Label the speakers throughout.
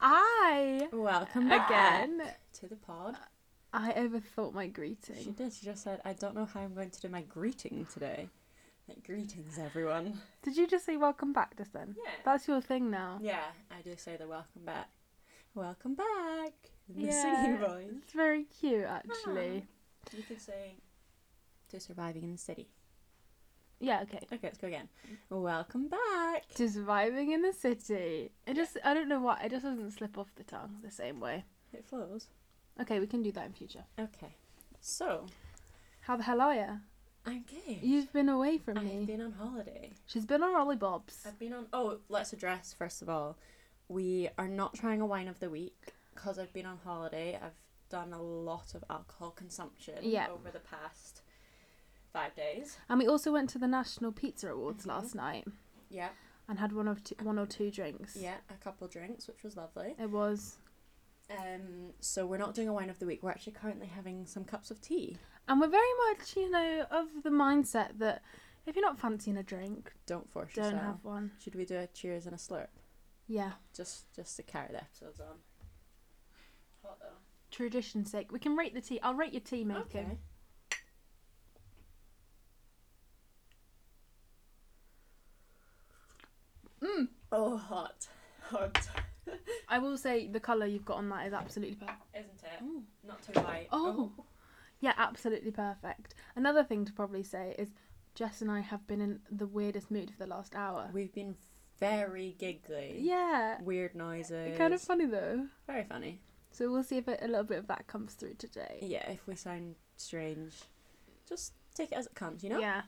Speaker 1: I
Speaker 2: Welcome back
Speaker 1: again. Uh,
Speaker 2: to the pod.
Speaker 1: I overthought my
Speaker 2: She
Speaker 1: greeting.
Speaker 2: did. She just said, "I don't know how I'm going to do my greeting today." Like greetings, everyone.
Speaker 1: Did you just say welcome back just then?
Speaker 2: Yeah.
Speaker 1: That's your thing now.
Speaker 2: Yeah, I do say the welcome back. Welcome back. In the
Speaker 1: Yeah.
Speaker 2: singing voice.
Speaker 1: It's very cute
Speaker 2: Ah.
Speaker 1: actually.
Speaker 2: You could say to surviving in the city.
Speaker 1: Yeah, okay.
Speaker 2: Okay, let's go again. Welcome back.
Speaker 1: To surviving in the city. It just I don't know why, it just doesn't slip off the tongue the same way.
Speaker 2: It flows.
Speaker 1: Okay, we can do that in future.
Speaker 2: Okay. So
Speaker 1: How the hell are you?
Speaker 2: I'm good.
Speaker 1: You've been away from
Speaker 2: I've
Speaker 1: me.
Speaker 2: been on holiday.
Speaker 1: She's been on rolly bobs.
Speaker 2: I've been on. Oh, let's address first of all. We are not trying a wine of the week because I've been on holiday. I've done a lot of alcohol consumption
Speaker 1: Yeah.
Speaker 2: over the past five days.
Speaker 1: And we also went to the National Pizza Awards
Speaker 2: Mm-hmm.
Speaker 1: last night
Speaker 2: Yeah,
Speaker 1: and had one of two, one or two drinks.
Speaker 2: yeah, a couple drinks, which was lovely.
Speaker 1: It was
Speaker 2: Um, so we're not doing a wine of the week. We're actually currently having some cups of tea.
Speaker 1: And we're very much, you know, of the mindset that if you're not fancying a drink,
Speaker 2: Don't force
Speaker 1: don't
Speaker 2: yourself.
Speaker 1: have one.
Speaker 2: Should we do a cheers and a slurp?
Speaker 1: Yeah,
Speaker 2: Just, just to carry the episodes on. Hot though.
Speaker 1: tradition's sake. We can rate the tea. I'll rate your tea making.
Speaker 2: Okay.
Speaker 1: Mm.
Speaker 2: Oh, hot, hot,
Speaker 1: I will say the colour you've got on that is absolutely perfect.
Speaker 2: isn't it? Not too white.
Speaker 1: Oh. Yeah, absolutely perfect. Another thing to probably say is Jess and I have been in the weirdest mood for the last hour.
Speaker 2: We've been very giggly.
Speaker 1: Yeah,
Speaker 2: Weird noises.
Speaker 1: kind of funny though.
Speaker 2: Very funny.
Speaker 1: So we'll see if it, a little bit of that comes through today.
Speaker 2: Yeah, if we sound strange, just take it as it comes, you know?
Speaker 1: Yeah,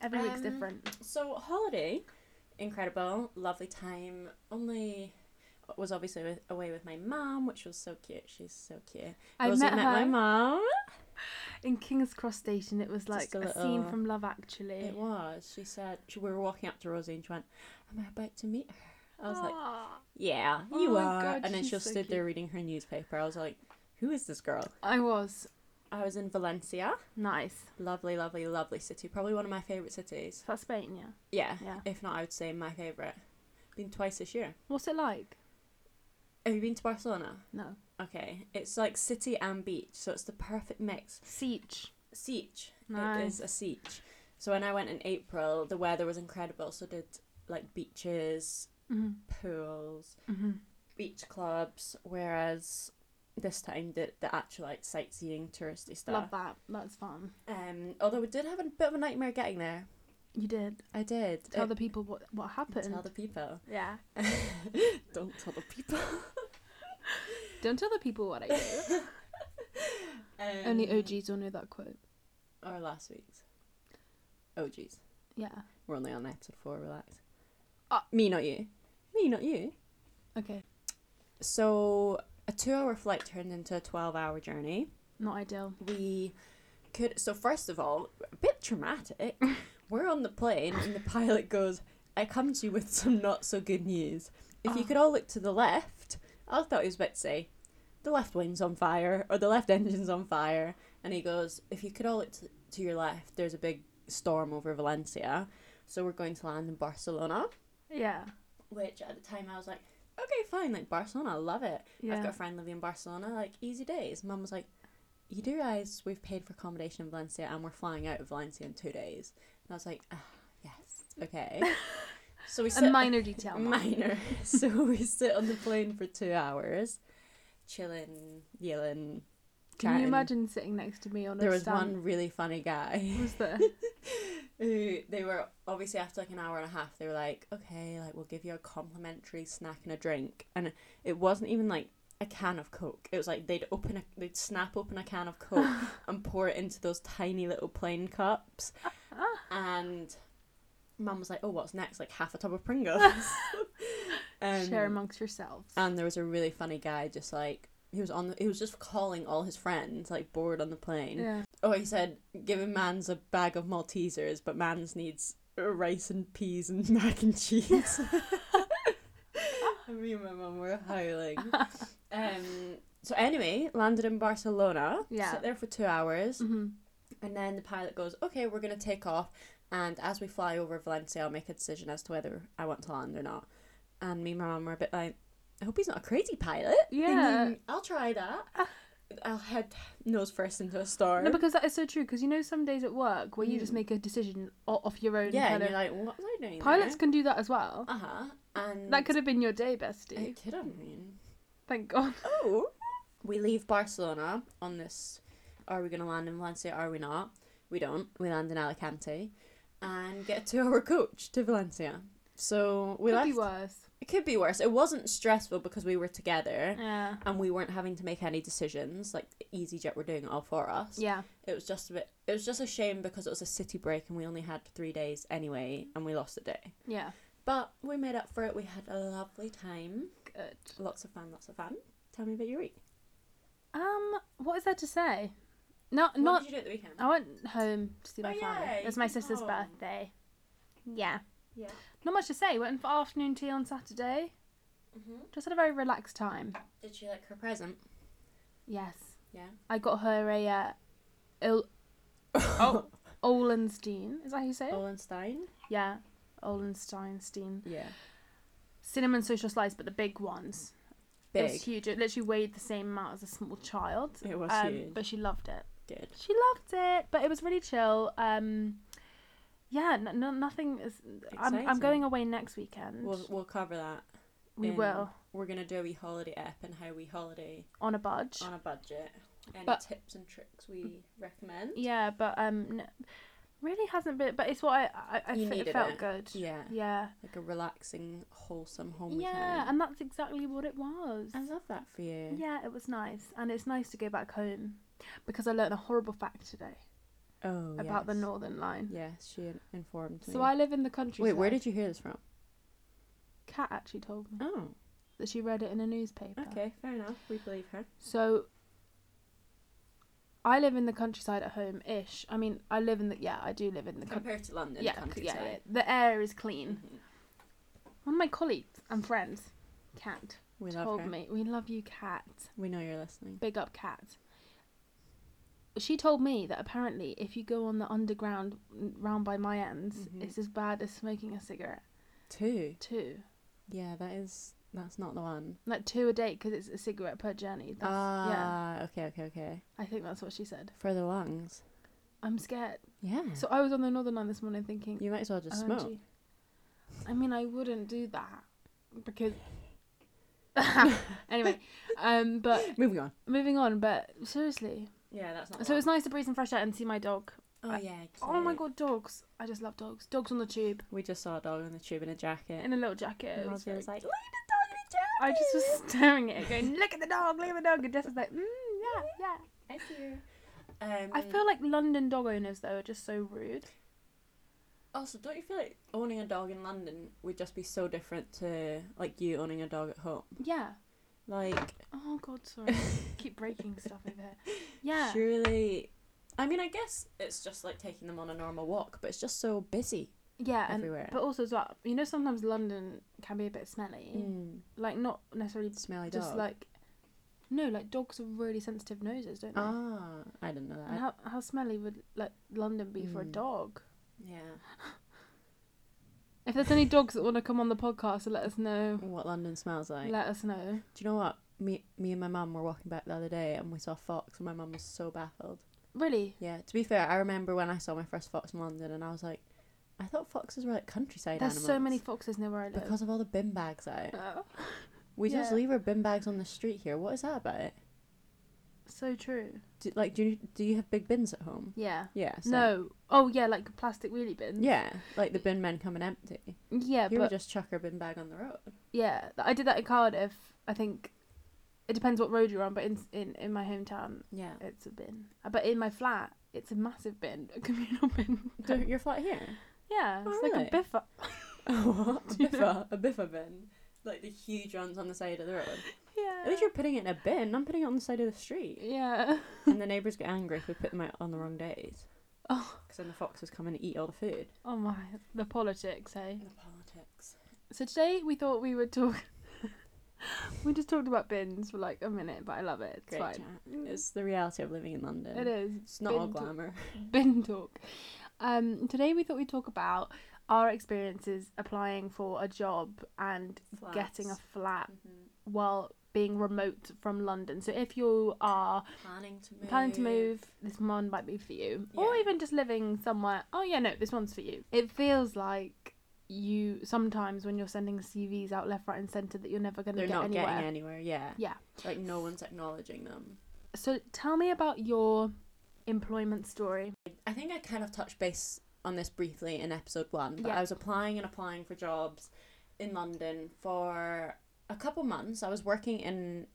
Speaker 1: every week's
Speaker 2: Um,
Speaker 1: different.
Speaker 2: So, holiday, incredible, lovely time. Only was obviously with, away with my mum, which was so cute. She's so cute.
Speaker 1: I
Speaker 2: Rosie
Speaker 1: met, her.
Speaker 2: my mum.
Speaker 1: In King's Cross Station, it was like
Speaker 2: Just
Speaker 1: a,
Speaker 2: a
Speaker 1: scene
Speaker 2: little-
Speaker 1: from Love Actually.
Speaker 2: It was. She said, she, we were walking up to Rosie and she went, Am I about to meet her? I was like, Yeah,
Speaker 1: Oh
Speaker 2: you
Speaker 1: my
Speaker 2: are.
Speaker 1: God,
Speaker 2: and then
Speaker 1: she's
Speaker 2: she just
Speaker 1: so
Speaker 2: stood there
Speaker 1: cute.
Speaker 2: reading her newspaper. I was like, Who is this girl?
Speaker 1: I was
Speaker 2: I was in Valencia.
Speaker 1: nice.
Speaker 2: Lovely, lovely, lovely city. Probably one of my favourite cities.
Speaker 1: Is that Spain? Yeah.
Speaker 2: Yeah.
Speaker 1: Yeah.
Speaker 2: If not, I would say my favourite. Been twice this year.
Speaker 1: What's it like?
Speaker 2: Have you been to Barcelona?
Speaker 1: No.
Speaker 2: Okay. It's like city and beach, so it's the perfect mix.
Speaker 1: Siege.
Speaker 2: Siege. It
Speaker 1: Nice.
Speaker 2: is a siege. So when I went in April, the weather was incredible. So did like beaches,
Speaker 1: Mhm.
Speaker 2: pools,
Speaker 1: Mhm.
Speaker 2: beach clubs. Whereas this time, did the actual like sightseeing, touristy
Speaker 1: Love
Speaker 2: stuff.
Speaker 1: that. That's fun.
Speaker 2: Um, although we did have a bit of a nightmare getting there.
Speaker 1: You did
Speaker 2: I did.
Speaker 1: tell
Speaker 2: It-
Speaker 1: the people what what happened.
Speaker 2: tell the people.
Speaker 1: yeah.
Speaker 2: Don't tell the people.
Speaker 1: Don't tell the people what I do.
Speaker 2: Um,
Speaker 1: Only OGs will know that quote.
Speaker 2: Or last week's. OGs.
Speaker 1: Yeah.
Speaker 2: We're only on episode four, relax.
Speaker 1: Ah.
Speaker 2: me, not you. Me, not you.
Speaker 1: Okay.
Speaker 2: So, a two hour flight turned into a 12 hour journey.
Speaker 1: Not ideal.
Speaker 2: We could. So, first of all, a bit traumatic. We're on the plane, and the pilot goes, I come to you with some not so good news. If you
Speaker 1: Oh.
Speaker 2: could all look to the left, I thought he was about to say, the left wing's on fire, or the left engine's on fire. And he goes, if you could all look to, to your left, there's a big storm over Valencia. So we're going to land in Barcelona,
Speaker 1: Yeah.
Speaker 2: which at the time I was like, okay, fine, like Barcelona, I love it. I've
Speaker 1: Yeah.
Speaker 2: got a friend living in Barcelona, like, easy days. Mum was like, you do realise we've paid for accommodation in Valencia and we're flying out of Valencia in two days. And I was like, ah, yes, okay. so we
Speaker 1: A
Speaker 2: sit,
Speaker 1: minor detail. Mark.
Speaker 2: minor. so we sit on the plane for two hours, chilling, yelling.
Speaker 1: Can you
Speaker 2: chatting.
Speaker 1: imagine sitting next to me on
Speaker 2: There
Speaker 1: a
Speaker 2: was
Speaker 1: stand?
Speaker 2: one really funny guy
Speaker 1: Was there?
Speaker 2: who they were obviously after like an hour and a half they were like okay like we'll give you a complimentary snack and a drink and it wasn't even like a can of coke it was like they'd open a they'd snap open a can of coke and pour it into those tiny little plain cups and mum was like oh what's next like half a tub of pringles um,
Speaker 1: Share amongst yourselves.
Speaker 2: and there was a really funny guy just like he was on the, he was just calling all his friends like bored on the plane
Speaker 1: yeah.
Speaker 2: Oh, he said, giving man's a bag of Maltesers, but man's needs rice and peas and mac and cheese. Me and my mum were howling. um, so anyway, landed in Barcelona.
Speaker 1: Yeah.
Speaker 2: Sat there for two hours,
Speaker 1: hmm
Speaker 2: and then the pilot goes, "Okay, we're gonna take off." And as we fly over Valencia, I'll make a decision as to whether I want to land or not. And me and my mum were a bit like, I hope he's not a crazy pilot.
Speaker 1: Yeah.
Speaker 2: Thinking, I'll try that. I'll head nose first into a store.
Speaker 1: No, because that is so true. Because you know, some days at work where you just
Speaker 2: Mm.
Speaker 1: make a decision o- off your own.
Speaker 2: yeah,
Speaker 1: kind
Speaker 2: and
Speaker 1: of,
Speaker 2: you're like, what was I doing?
Speaker 1: pilots can do that as well.
Speaker 2: Uh huh. And
Speaker 1: That could have been your day, bestie.
Speaker 2: Are kid on mean?
Speaker 1: Thank God.
Speaker 2: Oh. We leave Barcelona on this. Are we going to land in Valencia? Are we not? We don't. We land in Alicante, and get a two-hour coach to Valencia. So we
Speaker 1: could
Speaker 2: left.
Speaker 1: be worse.
Speaker 2: It could be worse. It wasn't stressful because we were together
Speaker 1: Yeah.
Speaker 2: and we weren't having to make any decisions. Like EasyJet were doing it all for us.
Speaker 1: Yeah.
Speaker 2: It was just a bit. It was just a shame because it was a city break and we only had three days anyway, and we lost a day.
Speaker 1: Yeah.
Speaker 2: But we made up for it. We had a lovely time.
Speaker 1: Good.
Speaker 2: Lots of fun. Lots of fun. Tell me about your week.
Speaker 1: Um, what is there to say? Not
Speaker 2: What
Speaker 1: not Oh.
Speaker 2: did you do at the weekend?
Speaker 1: I went home to see
Speaker 2: Oh,
Speaker 1: my family.
Speaker 2: yeah,
Speaker 1: It was
Speaker 2: you
Speaker 1: my
Speaker 2: came
Speaker 1: sister's
Speaker 2: home.
Speaker 1: birthday. Yeah.
Speaker 2: Yeah.
Speaker 1: Not much to say. Went for afternoon tea on Saturday.
Speaker 2: hmm
Speaker 1: Just had a very relaxed time.
Speaker 2: Did she like her present?
Speaker 1: Yes.
Speaker 2: Yeah.
Speaker 1: I got her a uh, Il-
Speaker 2: Oh.
Speaker 1: Olenstein. Is that how you say it?
Speaker 2: Olenstein?
Speaker 1: Yeah. Olensteinstein.
Speaker 2: Yeah.
Speaker 1: Cinnamon social slice, but the big ones. It
Speaker 2: Big.
Speaker 1: was huge. It literally weighed the same amount as a small child.
Speaker 2: It was
Speaker 1: um,
Speaker 2: huge.
Speaker 1: But she loved it.
Speaker 2: Good.
Speaker 1: She loved it, but it was really chill. Um, yeah, n- n- nothing is. I'm, I'm
Speaker 2: Exciting.
Speaker 1: going away next weekend.
Speaker 2: We'll, we'll cover that.
Speaker 1: we
Speaker 2: in-
Speaker 1: will
Speaker 2: We're going to do a wee holiday app and how we holiday
Speaker 1: on a budge.
Speaker 2: on a budget. Any
Speaker 1: But- Mm.
Speaker 2: tips and tricks we recommend?
Speaker 1: yeah, but um, n- really hasn't been. But it's what I I, I
Speaker 2: You
Speaker 1: fe-
Speaker 2: needed
Speaker 1: it felt
Speaker 2: it.
Speaker 1: good.
Speaker 2: Yeah.
Speaker 1: Yeah,
Speaker 2: Like a relaxing, wholesome home
Speaker 1: yeah,
Speaker 2: weekend.
Speaker 1: and that's exactly what it was.
Speaker 2: I love that for you.
Speaker 1: Yeah, it was nice, and it's nice to go back home because I learned a horrible fact today
Speaker 2: Oh,
Speaker 1: about the
Speaker 2: yes.
Speaker 1: Northern Line.
Speaker 2: Yes, she in- informed me.
Speaker 1: So I live in the country.
Speaker 2: Wait, where did you hear this from?
Speaker 1: Kat actually told me
Speaker 2: Oh,
Speaker 1: that she read it in a newspaper?
Speaker 2: okay, fair enough. We believe her.
Speaker 1: So I live in the countryside at home ish. I mean, I live in the yeah, I do live in the coun-
Speaker 2: Compared to London,
Speaker 1: yeah, c- yeah,
Speaker 2: countryside.
Speaker 1: yeah. The air is clean.
Speaker 2: Mhm.
Speaker 1: One of my colleagues and friends, Kat,
Speaker 2: We love
Speaker 1: told
Speaker 2: her.
Speaker 1: me we love you, Kat.
Speaker 2: We know you're listening.
Speaker 1: Big up, Kat. She told me that apparently, if you go on the underground n- round by my ends,
Speaker 2: Mhm.
Speaker 1: it's as bad as smoking a cigarette.
Speaker 2: Two.
Speaker 1: Two,
Speaker 2: Yeah, that is. That's not the one.
Speaker 1: like two a day, because it's a cigarette per journey. That's, Yeah,
Speaker 2: Ah, okay, okay, okay.
Speaker 1: I think that's what she said.
Speaker 2: For the lungs.
Speaker 1: I'm scared.
Speaker 2: Yeah.
Speaker 1: So um, I was on the Northern Line this morning thinking,
Speaker 2: Mm. you might as well just
Speaker 1: OMG.
Speaker 2: smoke.
Speaker 1: I mean, I wouldn't do that because. anyway, um, but
Speaker 2: Moving on.
Speaker 1: moving on. But seriously,
Speaker 2: Yeah, that's
Speaker 1: so it's nice to breathe some fresh air and see my dog.
Speaker 2: Oh yeah.
Speaker 1: Oh my god,
Speaker 2: cute.
Speaker 1: dogs! I just love dogs. Dogs on the tube
Speaker 2: We just saw a dog on the tube in a jacket.
Speaker 1: in a little jacket. It
Speaker 2: And
Speaker 1: was
Speaker 2: Rosie
Speaker 1: very-
Speaker 2: was like, "Leave the dog in a jacket."
Speaker 1: I just was staring at it, going, "Look at the dog! Look at the dog!" And Jess was like, mm, "Yeah, yeah."
Speaker 2: I see her. Um,
Speaker 1: I feel like London dog owners though are just so rude.
Speaker 2: Also, don't you feel like owning a dog in London would just be so different to like you owning a dog at home?
Speaker 1: Yeah.
Speaker 2: Like,
Speaker 1: Oh god, sorry. Keep breaking stuff over here. Yeah.
Speaker 2: surely. I mean, I guess it's just like taking them on a normal walk, but it's just so busy.
Speaker 1: Yeah, and
Speaker 2: everywhere.
Speaker 1: but also as well, you know, sometimes London can be a bit smelly.
Speaker 2: Mm.
Speaker 1: Like not necessarily
Speaker 2: Smelly
Speaker 1: just
Speaker 2: dog.
Speaker 1: like no, like dogs have really sensitive noses, don't they?
Speaker 2: ah, I didn't know
Speaker 1: and
Speaker 2: that.
Speaker 1: how how smelly would like London be for a
Speaker 2: Mm.
Speaker 1: dog?
Speaker 2: Yeah,
Speaker 1: If there's any dogs that want to come on the podcast, let us know.
Speaker 2: what London smells like.
Speaker 1: Let us know.
Speaker 2: Do you know what? Me, me and my mum were walking back the other day, and we saw a fox, and my mum was so baffled.
Speaker 1: Really?
Speaker 2: Yeah. To be fair, I remember when I saw my first fox in London, and I was like, I thought foxes were like countryside
Speaker 1: There's
Speaker 2: animals.
Speaker 1: so many foxes near where I live.
Speaker 2: because of all the bin bags out.
Speaker 1: Oh,
Speaker 2: We just
Speaker 1: Yeah.
Speaker 2: leave our bin bags on the street here. What is that about?
Speaker 1: so true.
Speaker 2: Do, like, do you do you have big bins at home?
Speaker 1: Yeah.
Speaker 2: Yeah. so-
Speaker 1: No. Oh yeah, like plastic wheelie bins.
Speaker 2: Yeah, like the bin men come and empty.
Speaker 1: Yeah,
Speaker 2: Here
Speaker 1: but
Speaker 2: we just chuck our bin bag on the road.
Speaker 1: Yeah, th- I did that in Cardiff. I think it depends what road you're on, but in in, in my hometown,
Speaker 2: Yeah.
Speaker 1: it's a bin. Uh, But in my flat, it's a massive bin, a communal bin.
Speaker 2: Do your flat here?
Speaker 1: yeah, it's
Speaker 2: Oh,
Speaker 1: like
Speaker 2: really?
Speaker 1: a biffa.
Speaker 2: what? A
Speaker 1: Do you know?
Speaker 2: biffa, a biffa bin. Like the huge ones on the side of the road.
Speaker 1: Yeah.
Speaker 2: At least you're putting it in a bin. I'm putting it on the side of the street.
Speaker 1: Yeah.
Speaker 2: And the neighbours get angry if we put them out on the wrong days.
Speaker 1: Oh,
Speaker 2: Because then the foxes come and eat all the food.
Speaker 1: oh my, the politics, eh?
Speaker 2: The politics.
Speaker 1: So today we thought we would talk. we just talked about bins for like a minute, but I love it. It's
Speaker 2: Great
Speaker 1: fine. Mm,
Speaker 2: chat. It's um, the reality of living in London.
Speaker 1: It is
Speaker 2: It's not all
Speaker 1: Bin to-
Speaker 2: glamour.
Speaker 1: bin talk. Um, today we thought we'd talk about our experiences applying for a job and getting a flat
Speaker 2: Mm-hmm.
Speaker 1: while being remote from London. So if you are
Speaker 2: Planning to move.
Speaker 1: planning to move, this one might be for you. Or
Speaker 2: Yeah.
Speaker 1: even just living somewhere, oh yeah, no, this one's for you. It feels like you sometimes when you're sending CVs out left, right, and centre that you're never going to
Speaker 2: They're
Speaker 1: get
Speaker 2: not
Speaker 1: anywhere.
Speaker 2: getting anywhere. Yeah.
Speaker 1: Yeah.
Speaker 2: Like no one's acknowledging them.
Speaker 1: So tell me about your employment story.
Speaker 2: I think I kind of touched base on this briefly in episode one, but
Speaker 1: Yeah.
Speaker 2: I was applying and applying for jobs in London for a couple months. I was working in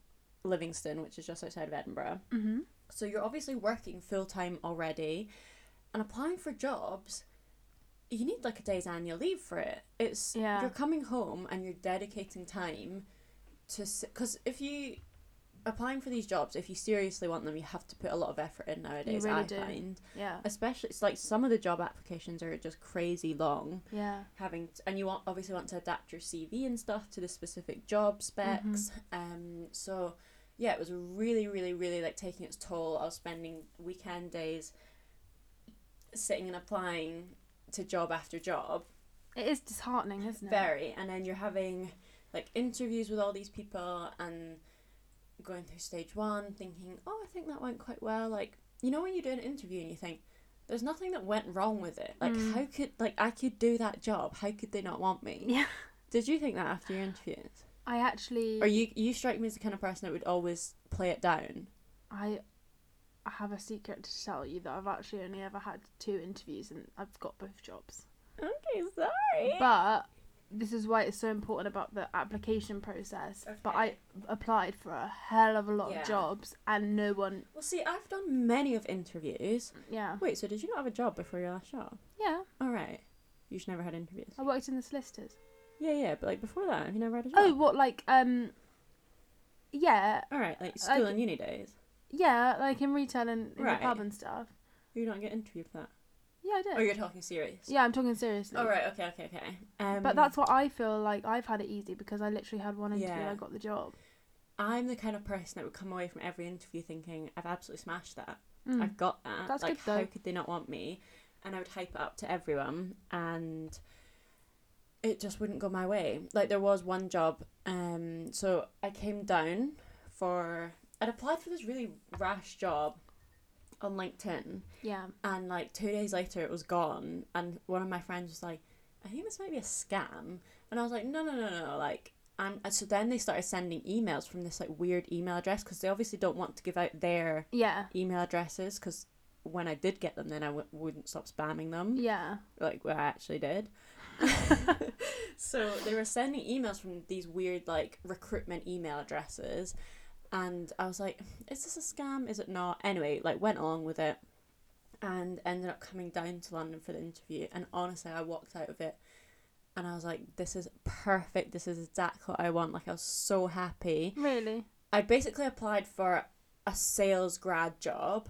Speaker 2: Livingston, which is just outside of Edinburgh.
Speaker 1: Mm-hmm.
Speaker 2: So you're obviously working full time already and applying for jobs. You need like a day's annual leave for it. It's
Speaker 1: Yeah.
Speaker 2: you're coming home and you're dedicating time to because if you applying for these jobs, if you seriously want them, you have to put a lot of effort in nowadays.
Speaker 1: really
Speaker 2: I
Speaker 1: do.
Speaker 2: find
Speaker 1: Yeah.
Speaker 2: especially it's like some of the job applications are just crazy long
Speaker 1: Yeah.
Speaker 2: having t- and you want obviously want to adapt your cv and stuff to the specific job specs um so yeah it was really really really like taking its toll i was spending weekend days sitting and applying to job after job
Speaker 1: It is disheartening, isn't it?
Speaker 2: very and then you're having like interviews with all these people and going through stage one thinking oh i think that went quite well like you know when you do an interview and you think there's nothing that went wrong with it like
Speaker 1: Mm.
Speaker 2: how could like i could do that job how could they not want me
Speaker 1: Yeah.
Speaker 2: did you think that after your interviews
Speaker 1: I actually.
Speaker 2: or you you strike me as the kind of person that would always play it down
Speaker 1: I I have a secret to tell you that I've actually only ever had two interviews and I've got both jobs.
Speaker 2: okay sorry
Speaker 1: But this is why it's so important about the application process. But I
Speaker 2: Okay.
Speaker 1: applied for a hell of a lot
Speaker 2: Yeah.
Speaker 1: of jobs and no one
Speaker 2: well see i've done many of interviews
Speaker 1: yeah.
Speaker 2: wait so did you not have a job before your last job
Speaker 1: Yeah.
Speaker 2: all right you should never had interviews
Speaker 1: I worked in the solicitors.
Speaker 2: yeah yeah but like before that have you never had a job
Speaker 1: Oh, what like um yeah,
Speaker 2: All right, like
Speaker 1: Like-
Speaker 2: school and uni days.
Speaker 1: yeah, like in retail and in
Speaker 2: Right.
Speaker 1: the pub and stuff.
Speaker 2: You don't get interviewed for that.
Speaker 1: Yeah, I did.
Speaker 2: Oh, you're talking serious.
Speaker 1: yeah, I'm talking seriously.
Speaker 2: All right. Okay. Okay. Okay. Um,
Speaker 1: But that's what I feel like I've had it easy because I literally had one interview and
Speaker 2: Yeah.
Speaker 1: I got the job.
Speaker 2: I'm the kind of person that would come away from every interview thinking I've absolutely smashed that.
Speaker 1: Mm.
Speaker 2: I've got that.
Speaker 1: That's
Speaker 2: like,
Speaker 1: good, though.
Speaker 2: How could they not want me? And I would hype it up to everyone, and it just wouldn't go my way. Like there was one job. Um, so I came down for I'd applied for this really rash job on LinkedIn.
Speaker 1: Yeah.
Speaker 2: and like two days later it was gone and one of my friends was like i think this might be a scam and i was like no no no no like and and so then they started sending emails from this like weird email address because they obviously don't want to give out their
Speaker 1: Yeah.
Speaker 2: email addresses because when i did get them then I w- wouldn't stop spamming them
Speaker 1: Yeah.
Speaker 2: like what i actually did so they were sending emails from these weird like recruitment email addresses and i was like is this a scam is it not anyway like went along with it and ended up coming down to london for the interview and honestly i walked out of it and i was like this is perfect this is exactly what i want like i was so happy
Speaker 1: Really?
Speaker 2: I basically applied for a sales grad job,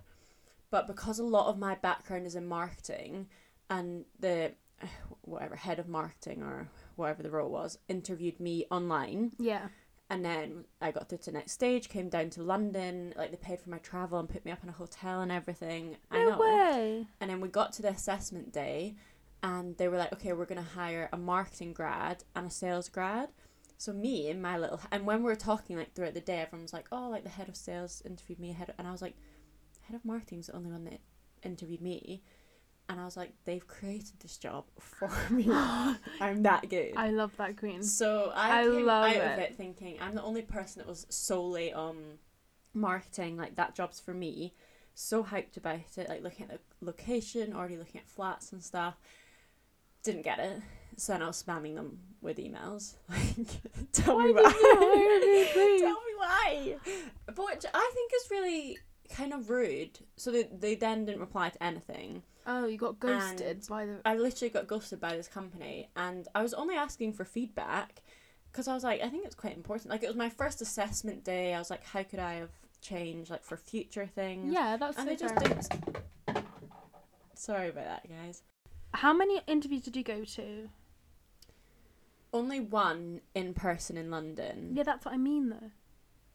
Speaker 2: but because a lot of my background is in marketing and the whatever head of marketing or whatever the role was interviewed me online
Speaker 1: Yeah.
Speaker 2: and then I got through to the next stage, came down to London, like they paid for my travel and put me up in a hotel and everything. I
Speaker 1: No
Speaker 2: know.
Speaker 1: way.
Speaker 2: And then we got to the assessment day, and they were like, okay, we're going to hire a marketing grad and a sales grad. So me and my little, and when we were talking like throughout the day, everyone was like, oh, like the head of sales interviewed me, head, and I was like, head of marketing's the only one that interviewed me, and I was like, they've created this job for me. I'm that good.
Speaker 1: I love that queen.
Speaker 2: So I,
Speaker 1: I
Speaker 2: came
Speaker 1: love
Speaker 2: out of
Speaker 1: it.
Speaker 2: it thinking I'm the only person that was solely um marketing, like that job's for me. So hyped about it, like looking at the location, already looking at flats and stuff. Didn't get it. So then I was spamming them with emails. Like tell
Speaker 1: Why
Speaker 2: me
Speaker 1: did
Speaker 2: why.
Speaker 1: you hire me, please?
Speaker 2: tell me why. But which I think is really kind of rude. So they, they then didn't reply to anything.
Speaker 1: Oh, you got ghosted by the.
Speaker 2: I literally got ghosted by this company, and I was only asking for feedback because I was like, I think it's quite important. Like, it was my first assessment day. I was like, how could I have changed, like, for future things?
Speaker 1: Yeah, that's
Speaker 2: and
Speaker 1: so
Speaker 2: they just
Speaker 1: fair.
Speaker 2: didn't. Sorry about that, guys.
Speaker 1: How many interviews did you go to?
Speaker 2: Mm. Only one in person in London,
Speaker 1: Yeah, that's what I mean though.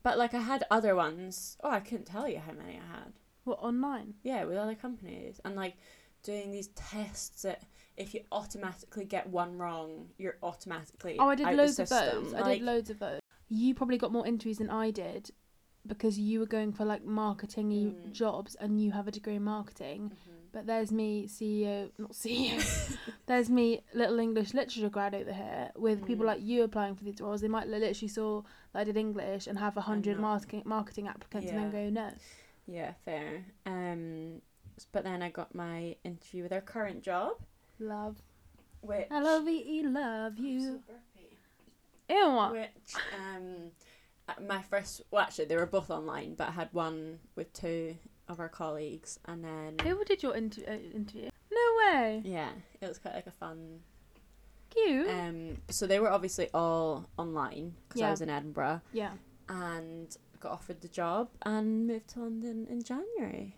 Speaker 2: but like I had other ones. Oh, I couldn't tell you how many I had.
Speaker 1: What online?
Speaker 2: Yeah, with other companies and like doing these tests that if you automatically get one wrong, you're automatically
Speaker 1: Oh, I did
Speaker 2: out the
Speaker 1: loads of
Speaker 2: system.
Speaker 1: those. I
Speaker 2: Like,
Speaker 1: did loads of those. you probably got more interviews than I did because you were going for like marketing
Speaker 2: Mm.
Speaker 1: jobs and you have a degree in marketing.
Speaker 2: Mm-hmm.
Speaker 1: But there's me, CEO, not CEO, there's me, little English literature grad over here with people
Speaker 2: Mm.
Speaker 1: like you applying for these roles. They might li- literally saw that I did English and have a 100
Speaker 2: not-
Speaker 1: marketing, marketing applicants and
Speaker 2: Yeah.
Speaker 1: then go, no.
Speaker 2: Yeah, fair. Um, s- but then I got my interview with our current job,
Speaker 1: Love.
Speaker 2: which
Speaker 1: L O V E, love you.
Speaker 2: burpy.
Speaker 1: Ew.
Speaker 2: Which um, uh, my first well actually they were both online, but I had one with two of our colleagues, and then
Speaker 1: Who did your inter- uh, interview? No way.
Speaker 2: yeah, it was quite like a fun
Speaker 1: Cute.
Speaker 2: Um, so they were obviously all online because
Speaker 1: Yeah.
Speaker 2: I was in Edinburgh
Speaker 1: yeah.
Speaker 2: and got offered the job and moved to London in January.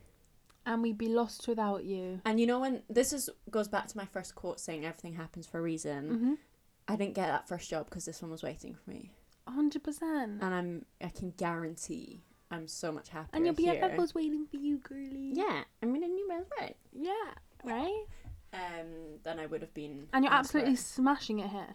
Speaker 1: And we'd be lost without you.
Speaker 2: And you know when this is goes back to my first quote saying everything happens for a reason.
Speaker 1: Mm-hmm.
Speaker 2: I didn't get that first job because this one was waiting for me,
Speaker 1: 100%.
Speaker 2: and I'm I can guarantee I'm so much happier.
Speaker 1: And your BFF
Speaker 2: here.
Speaker 1: was waiting for you, girly.
Speaker 2: yeah, I mean I knew I was right.
Speaker 1: Yeah. Right?
Speaker 2: Um, then I would have been.
Speaker 1: And you're
Speaker 2: elsewhere.
Speaker 1: absolutely smashing it here.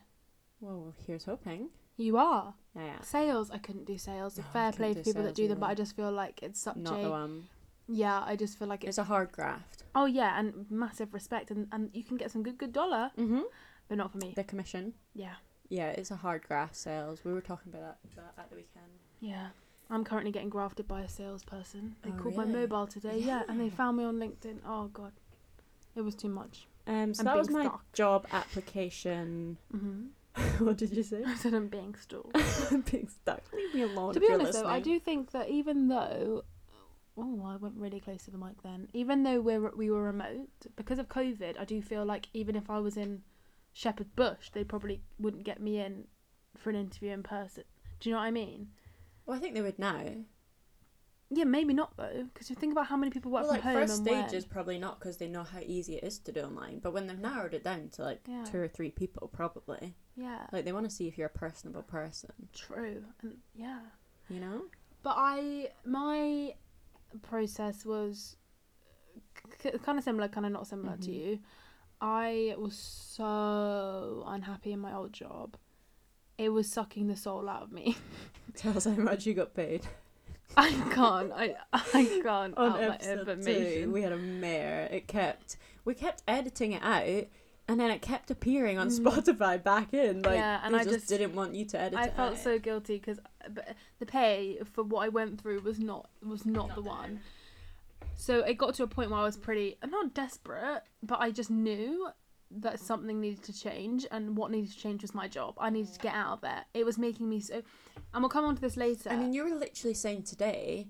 Speaker 2: Well, here's hoping.
Speaker 1: You are.
Speaker 2: Yeah,
Speaker 1: Sales, I couldn't do sales.
Speaker 2: No, I
Speaker 1: Fair
Speaker 2: couldn't
Speaker 1: play
Speaker 2: do
Speaker 1: for people that
Speaker 2: sales
Speaker 1: do them, but
Speaker 2: either.
Speaker 1: I just feel like it's such
Speaker 2: not
Speaker 1: a.
Speaker 2: the one.
Speaker 1: Yeah, I just feel like it's.
Speaker 2: It's a hard graft.
Speaker 1: Oh, yeah, and massive respect. And, and you can get some good, good dollar,
Speaker 2: Mm-hmm.
Speaker 1: but not for me.
Speaker 2: The commission.
Speaker 1: Yeah.
Speaker 2: Yeah, it's a hard grass sales. We were talking about that, that at the weekend.
Speaker 1: Yeah. I'm currently getting grafted by a salesperson. They
Speaker 2: Oh,
Speaker 1: called my
Speaker 2: really?
Speaker 1: mobile today, yeah. and they
Speaker 2: Yeah.
Speaker 1: found me on LinkedIn. Oh, God. It was too much.
Speaker 2: Um, so
Speaker 1: And
Speaker 2: that was
Speaker 1: being
Speaker 2: my
Speaker 1: stalked.
Speaker 2: job application.
Speaker 1: hmm
Speaker 2: what did you say?
Speaker 1: I said I'm being stalked.
Speaker 2: being stuck. Leave me alone.
Speaker 1: to
Speaker 2: if
Speaker 1: be
Speaker 2: you're
Speaker 1: honest though i do
Speaker 2: listening.
Speaker 1: think that even though oh i went really close to the mic then even though we're we were remote because of covid i do feel like even if i was in shepherd bush they probably wouldn't get me in for an interview in person do you know what i mean
Speaker 2: Well, I think they would now.
Speaker 1: yeah maybe not though because you think about how many people work
Speaker 2: Well,
Speaker 1: from
Speaker 2: like
Speaker 1: home
Speaker 2: first
Speaker 1: and
Speaker 2: stages,
Speaker 1: when.
Speaker 2: probably not because they know how easy it is to do online. But when they've narrowed it down to like
Speaker 1: Yeah.
Speaker 2: two or three people, probably
Speaker 1: yeah
Speaker 2: like they want to see if you're a personable person.
Speaker 1: true and yeah
Speaker 2: You know.
Speaker 1: But I my process was c- kind of similar, kind of not similar to
Speaker 2: Mhm.
Speaker 1: you. I was so unhappy in my old job. It was sucking the soul out of me.
Speaker 2: Tell us how much you got paid.
Speaker 1: I can't. I I can't
Speaker 2: on
Speaker 1: out my
Speaker 2: episode two,
Speaker 1: information.
Speaker 2: we had a mare. It kept we kept editing it out, and then it kept appearing on Spotify back in. Like,
Speaker 1: Mm. Yeah, and
Speaker 2: they
Speaker 1: I
Speaker 2: just,
Speaker 1: just-
Speaker 2: didn't want you to edit.
Speaker 1: I
Speaker 2: it
Speaker 1: felt
Speaker 2: out.
Speaker 1: so guilty because uh, the pay for what I went through was not was not, the one. So it got to a point where I was pretty not desperate, but I just knew that something needed to change and what needed to change was my job. I needed to get out of there. It was making me so and we'll come on to this later.
Speaker 2: I mean, you were literally saying today.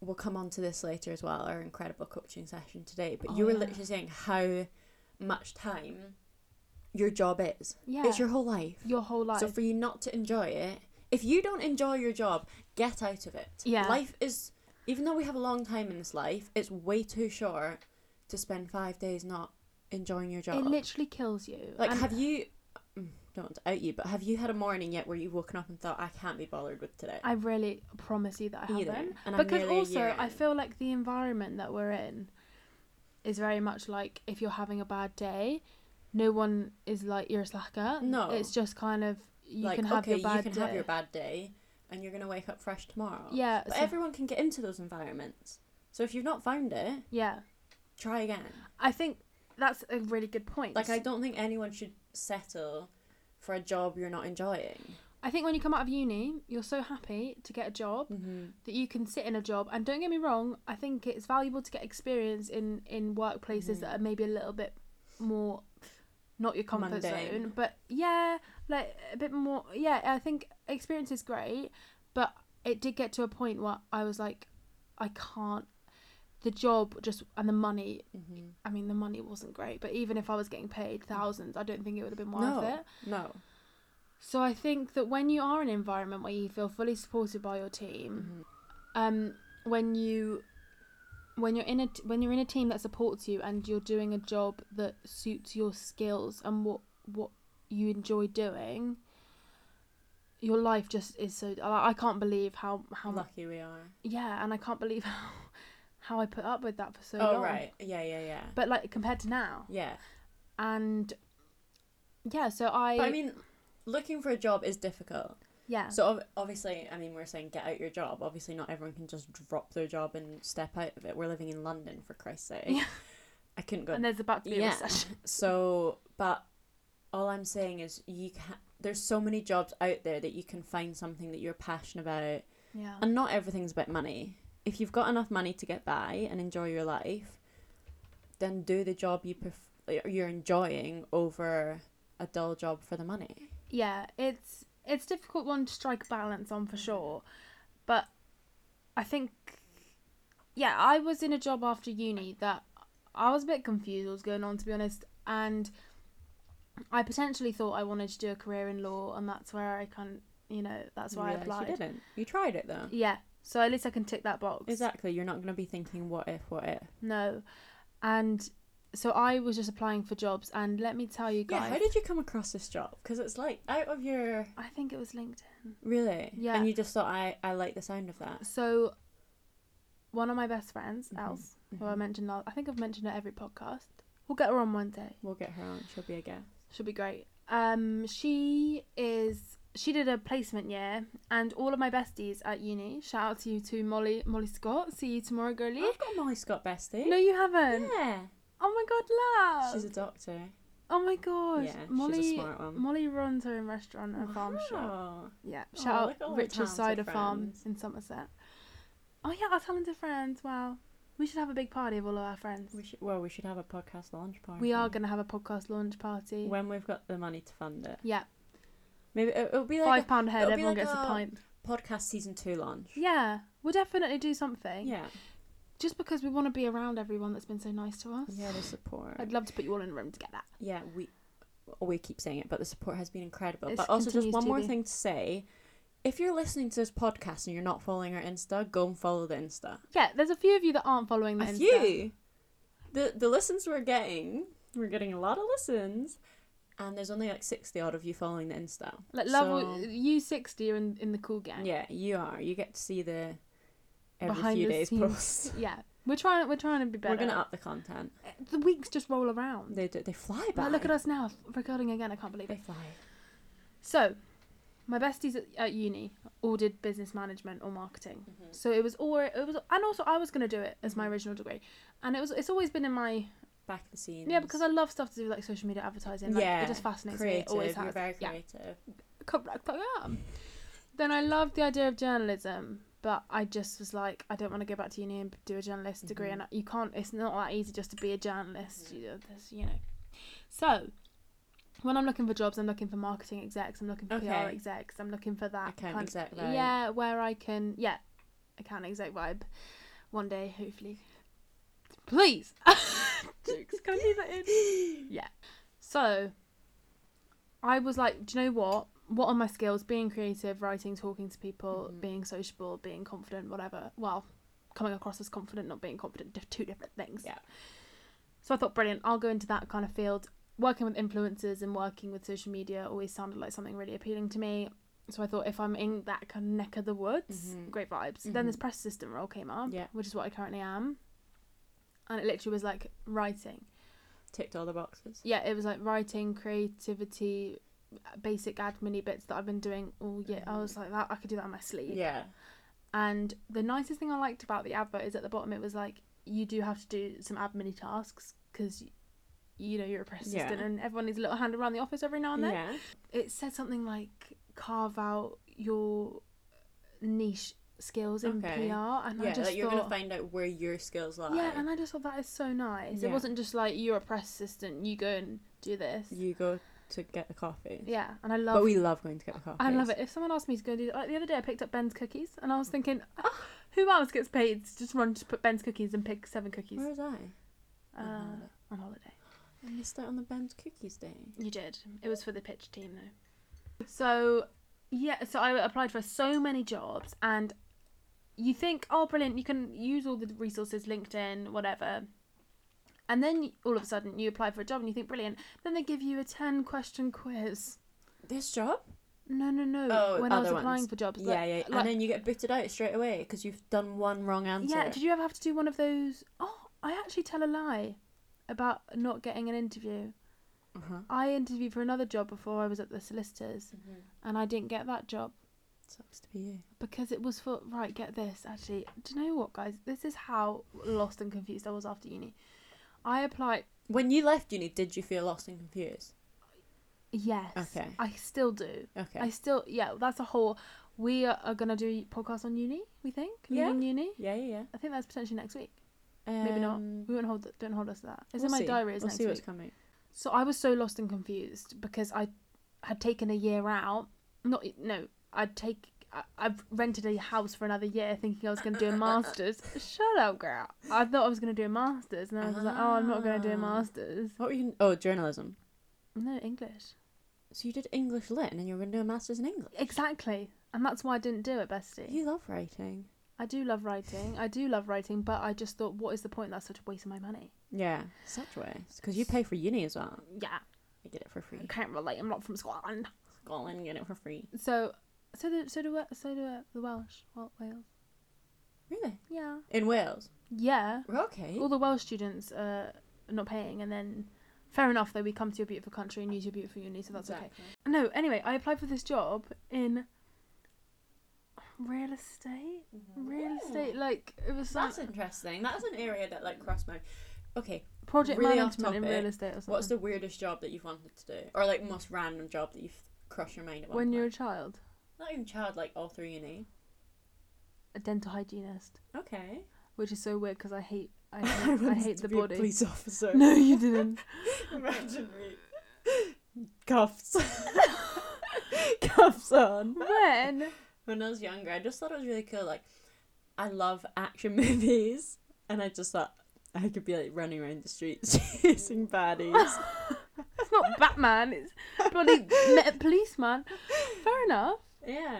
Speaker 2: We'll come on to this later as well. Our incredible coaching session today, but you
Speaker 1: Oh,
Speaker 2: were
Speaker 1: yeah.
Speaker 2: literally saying how much time your job is.
Speaker 1: yeah,
Speaker 2: It's your whole life.
Speaker 1: your whole life.
Speaker 2: So for you not to enjoy it, if you don't enjoy your job, get out of it.
Speaker 1: Yeah.
Speaker 2: Life is even though we have a long time in this life, it's way too short to spend five days not enjoying your job.
Speaker 1: it literally kills you.
Speaker 2: like
Speaker 1: And
Speaker 2: have you mm, don't want to out you, but have you had a morning yet where you've woken up and thought, I can't be bothered with today?
Speaker 1: I really promise you that I
Speaker 2: Either.
Speaker 1: haven't.
Speaker 2: And I'm
Speaker 1: because
Speaker 2: nearly a
Speaker 1: also
Speaker 2: year
Speaker 1: I
Speaker 2: in.
Speaker 1: feel like the environment that we're in is very much like if you're having a bad day, no one is like you're a slacker.
Speaker 2: No.
Speaker 1: It's just kind of you
Speaker 2: like,
Speaker 1: can have
Speaker 2: okay,
Speaker 1: your bad
Speaker 2: you can
Speaker 1: day.
Speaker 2: have your bad day and you're gonna wake up fresh tomorrow.
Speaker 1: yeah,
Speaker 2: But
Speaker 1: so-
Speaker 2: everyone can get into those environments. So if you've not found it,
Speaker 1: yeah.
Speaker 2: try again.
Speaker 1: I think that's a really good point.
Speaker 2: Like I don't think anyone should settle for a job you're not enjoying.
Speaker 1: I think when you come out of uni, you're so happy to get a job
Speaker 2: Mm-hmm.
Speaker 1: that you can sit in a job. And don't get me wrong, I think it's valuable to get experience in in workplaces
Speaker 2: Mhm.
Speaker 1: that are maybe a little bit more not your comfort
Speaker 2: Mundane.
Speaker 1: zone, but yeah, like a bit more. Yeah, I think experience is great, but it did get to a point where I was like, I can't. The job just and the money.
Speaker 2: Mm-hmm.
Speaker 1: I mean, the money wasn't great, but even if I was getting paid thousands, I don't think it would have been worth
Speaker 2: No.
Speaker 1: it.
Speaker 2: No.
Speaker 1: So I think that when you are in an environment where you feel fully supported by your team,
Speaker 2: Mm-hmm.
Speaker 1: um, when you when you're in a t- when you're in a team that supports you and you're doing a job that suits your skills and what what you enjoy doing, your life just is so. I I can't believe how how
Speaker 2: How lucky we are.
Speaker 1: yeah, and I can't believe how how I put up with that for so
Speaker 2: oh
Speaker 1: long.
Speaker 2: right. Yeah, yeah, yeah.
Speaker 1: But like compared to now,
Speaker 2: yeah.
Speaker 1: and yeah, so I
Speaker 2: But I mean, looking for a job is difficult.
Speaker 1: Yeah.
Speaker 2: So ob- obviously, I mean, we're saying get out your job. Obviously, not everyone can just drop their job and step out of it. We're living in London, for Christ's sake.
Speaker 1: Yeah.
Speaker 2: I couldn't go.
Speaker 1: and there's about to be a
Speaker 2: Yeah.
Speaker 1: recession.
Speaker 2: So, but all I'm saying is, you can. There's so many jobs out there that you can find something that you're passionate about,
Speaker 1: Yeah.
Speaker 2: and not everything's about money. If you've got enough money to get by and enjoy your life, then do the job you pref- you're enjoying over a dull job for the money.
Speaker 1: yeah it's it's a difficult one to strike a balance on for sure but i think yeah i was in a job after uni that i was a bit confused what was going on to be honest and i potentially thought i wanted to do a career in law and that's where i can you know that's
Speaker 2: You
Speaker 1: why i
Speaker 2: realise
Speaker 1: applied
Speaker 2: You didn't. You tried it though.
Speaker 1: yeah so at least i can tick that box
Speaker 2: Exactly. You're not going to be thinking, what if, what if.
Speaker 1: no and so i was just applying for jobs and let me tell you
Speaker 2: Yeah,
Speaker 1: guys
Speaker 2: how did you come across this job? Because it's like out of your.
Speaker 1: i think it was linkedin
Speaker 2: Really?
Speaker 1: Yeah.
Speaker 2: And you just thought, I, I like the sound of that.
Speaker 1: So, one of my best friends,
Speaker 2: Mhm,
Speaker 1: Els, who I
Speaker 2: mhm.
Speaker 1: mentioned last, I think I've mentioned her every podcast. We'll get her on one day.
Speaker 2: We'll get her on. She'll be a guest.
Speaker 1: She'll be great. Um, she is. She did a placement year, and all of my besties at uni. Shout out to you to Molly, Molly Scott. See you tomorrow, girlie.
Speaker 2: I've got a Molly Scott bestie.
Speaker 1: No, you haven't.
Speaker 2: yeah.
Speaker 1: Oh my god, love.
Speaker 2: She's a doctor.
Speaker 1: oh my gosh,
Speaker 2: yeah,
Speaker 1: Molly.
Speaker 2: she's a smart one. Oh,
Speaker 1: Molly runs her own restaurant and farm shop.
Speaker 2: Wow.
Speaker 1: Yeah.
Speaker 2: Oh,
Speaker 1: Shout
Speaker 2: look at all
Speaker 1: out
Speaker 2: the
Speaker 1: Richard
Speaker 2: talented
Speaker 1: Cider Farm
Speaker 2: friends.
Speaker 1: in Somerset. Oh yeah, our talented friends. Wow. We should have a big party of all of our friends.
Speaker 2: We should, well, we should have a podcast launch party.
Speaker 1: We are gonna have a podcast launch party.
Speaker 2: When we've got the money to fund it.
Speaker 1: yeah.
Speaker 2: Maybe it- it'll be like
Speaker 1: Five pound a head,
Speaker 2: it'll be
Speaker 1: everyone
Speaker 2: like
Speaker 1: gets a,
Speaker 2: a-
Speaker 1: pint.
Speaker 2: a podcast season two launch.
Speaker 1: Yeah. We'll definitely do something.
Speaker 2: Yeah.
Speaker 1: Just because we wanna be around everyone that's been so nice to us.
Speaker 2: Yeah, the support.
Speaker 1: I'd love to put you all in a room together.
Speaker 2: yeah, we we keep saying it, but the support has been incredible.
Speaker 1: It's
Speaker 2: but also, just
Speaker 1: continues
Speaker 2: one
Speaker 1: to
Speaker 2: more
Speaker 1: be.
Speaker 2: thing to say: if you're listening to this podcast and you're not following our Insta, go and follow the Insta.
Speaker 1: Yeah, there's a few of you that aren't following the
Speaker 2: A
Speaker 1: Insta.
Speaker 2: few. The the listens we're getting, we're getting a lot of listens, and there's only like sixty odd of you following the Insta.
Speaker 1: Like love
Speaker 2: So-
Speaker 1: you sixty are in, in the cool gang.
Speaker 2: yeah, you are. You get to see the every
Speaker 1: Behind
Speaker 2: few
Speaker 1: the
Speaker 2: days
Speaker 1: scenes.
Speaker 2: posts.
Speaker 1: Yeah. We're trying we're trying to be better.
Speaker 2: We're gonna up the content.
Speaker 1: the weeks just roll around.
Speaker 2: They do, they fly
Speaker 1: Like,
Speaker 2: back.
Speaker 1: look at us now, recording again. I can't believe
Speaker 2: They
Speaker 1: it.
Speaker 2: fly.
Speaker 1: So, my besties at, at uni all did business management or marketing. So it was all it was, and also I was gonna do it as my
Speaker 2: Mhm.
Speaker 1: original degree, and it was it's always been in my
Speaker 2: Back of the scenes.
Speaker 1: yeah because I love stuff to do with like social media advertising. Like,
Speaker 2: Yeah,
Speaker 1: it just fascinates me. It
Speaker 2: creative.
Speaker 1: always
Speaker 2: You're
Speaker 1: has.
Speaker 2: very
Speaker 1: yeah,
Speaker 2: creative.
Speaker 1: correct. I am. Then I loved the idea of journalism, but I just was like, I don't want to go back to uni and do a journalist degree,
Speaker 2: Mhm.
Speaker 1: and you can't. It's not that easy just to be a journalist. You know, there's, you know. So, when I'm looking for jobs, I'm looking for marketing execs. I'm looking for PR
Speaker 2: Okay.
Speaker 1: execs. I'm looking for that
Speaker 2: Account
Speaker 1: kind
Speaker 2: exec
Speaker 1: of,
Speaker 2: vibe.
Speaker 1: yeah, where I can yeah, account exec vibe. One day, hopefully. Please, jokes. Can I leave that in? So I was like, do you know what? What are my skills? Being creative, writing, talking to people,
Speaker 2: Mhm.
Speaker 1: being sociable, being confident, whatever. Well, coming across as confident, not being confident, diff- two different things.
Speaker 2: Yeah.
Speaker 1: So I thought, brilliant, I'll go into that kind of field. Working with influencers and working with social media always sounded like something really appealing to me. So I thought, if I'm in that kind of neck of the woods,
Speaker 2: Mhm.
Speaker 1: great vibes. Then this
Speaker 2: Mhm.
Speaker 1: press system role came up,
Speaker 2: Yeah.
Speaker 1: which is what I currently am. And it literally was like writing
Speaker 2: Ticked all the boxes.
Speaker 1: yeah, it was like writing, creativity, basic admin bits that I've been doing all year. I was like that I could do that on my sleeve.
Speaker 2: Yeah.
Speaker 1: And the nicest thing I liked about the advert is at the bottom it was like you do have to do some admin tasks because you know you're a press
Speaker 2: Yeah.
Speaker 1: assistant and everyone needs a little hand around the office every now and then. It said something like carve out your niche skills in
Speaker 2: Okay.
Speaker 1: PR and I
Speaker 2: yeah,
Speaker 1: just
Speaker 2: like you're
Speaker 1: thought
Speaker 2: gonna find out where your skills lie.
Speaker 1: yeah, and I just thought that is so nice. It
Speaker 2: Yeah.
Speaker 1: wasn't just like you're a press assistant, you go and do this.
Speaker 2: you go to get the coffee.
Speaker 1: Yeah, and I love.
Speaker 2: But we love going to get the coffee.
Speaker 1: I love it. If someone asked me to go do like the other day, I picked up Ben's cookies, and
Speaker 2: Oh.
Speaker 1: I was thinking, "Ah, who else gets paid to just run to put Ben's cookies and pick seven cookies
Speaker 2: Where was I?
Speaker 1: uh,
Speaker 2: holiday.
Speaker 1: on holiday?
Speaker 2: I missed out on the Ben's Cookies Day.
Speaker 1: You did. It was for the pitch team though. So yeah, so I applied for so many jobs, and you think, oh, brilliant, you can use all the resources, LinkedIn, whatever. And then all of a sudden, you apply for a job and you think, brilliant. Then they give you a 10 question quiz.
Speaker 2: This job?
Speaker 1: No, no, no.
Speaker 2: Oh,
Speaker 1: when I was
Speaker 2: other
Speaker 1: applying
Speaker 2: ones.
Speaker 1: for jobs. like-
Speaker 2: yeah, yeah.
Speaker 1: like-
Speaker 2: and then you get booted out straight away because you've done one wrong answer.
Speaker 1: Yeah, did you ever have to do one of those? Oh, I actually tell a lie about not getting an interview.
Speaker 2: Uh-huh. Mm-hmm.
Speaker 1: I interviewed for another job before I was at the solicitors and I didn't get that job.
Speaker 2: Sucks to be you.
Speaker 1: because it was for right get this actually do you know what guys this is how lost and confused i was after uni i applied
Speaker 2: When you left uni, did you feel lost and confused?
Speaker 1: yes
Speaker 2: Okay.
Speaker 1: i still do
Speaker 2: Okay.
Speaker 1: i still yeah that's a whole we are, are gonna do podcast on uni we think
Speaker 2: Yeah.
Speaker 1: Leaving uni
Speaker 2: yeah, yeah,
Speaker 1: i think that's potentially next week
Speaker 2: yeah.
Speaker 1: Maybe not.
Speaker 2: Um,
Speaker 1: we won't hold don't hold us to that it's
Speaker 2: we'll
Speaker 1: in my
Speaker 2: see.
Speaker 1: diary it's
Speaker 2: We'll
Speaker 1: next
Speaker 2: see
Speaker 1: week
Speaker 2: what's coming.
Speaker 1: So I was so lost and confused because I had taken a year out. Not no, I'd take. I- I've rented a house for another year, thinking I was going to do a masters. Shut up, girl! I thought I was going to do a masters, and then I was like, "Oh, I'm not going to do a
Speaker 2: Ah.
Speaker 1: masters."
Speaker 2: What were you? Oh, journalism.
Speaker 1: No English.
Speaker 2: So you did English lit, and then you were going to do a master's in English.
Speaker 1: Exactly, and that's why I didn't do it, Bestie.
Speaker 2: You love writing.
Speaker 1: I do love writing. I do love writing, but I just thought, what is the point? That's such a waste of my money.
Speaker 2: Yeah, such ways. Because you pay for uni as well.
Speaker 1: Yeah,
Speaker 2: I get it for free.
Speaker 1: I can't relate. I'm not from Scotland.
Speaker 2: Scotland get it for free.
Speaker 1: So, so do so do so do uh, the Welsh, Wel- Wales.
Speaker 2: Really?
Speaker 1: Yeah,
Speaker 2: In Wales.
Speaker 1: yeah.
Speaker 2: Okay.
Speaker 1: all the Welsh students uh, are not paying, and then fair enough though. We come to your beautiful country and use your beautiful uni, so that's okay. No, anyway, I applied for this job in real estate. Real estate, like it was some
Speaker 2: That's interesting. That's an area that like crossed my. Okay,
Speaker 1: project
Speaker 2: really off
Speaker 1: management in
Speaker 2: topic.
Speaker 1: real estate or something.
Speaker 2: what's the weirdest job that you've wanted to do, or like most random job that you've crossed your mind at one
Speaker 1: when
Speaker 2: point?
Speaker 1: you're a child,
Speaker 2: not even child, like all through uni.
Speaker 1: a dental hygienist,
Speaker 2: Okay.
Speaker 1: which is so weird because I hate I hate, I hate the body.
Speaker 2: police officer.
Speaker 1: No, you didn't.
Speaker 2: Imagine me. Cuffs. Cuffs on.
Speaker 1: when
Speaker 2: When I was younger, I just thought it was really cool. Like, I love action movies, and I just thought I could be like running around the streets chasing baddies.
Speaker 1: it's not Batman, it's bloody me- policeman. Fair enough.
Speaker 2: yeah.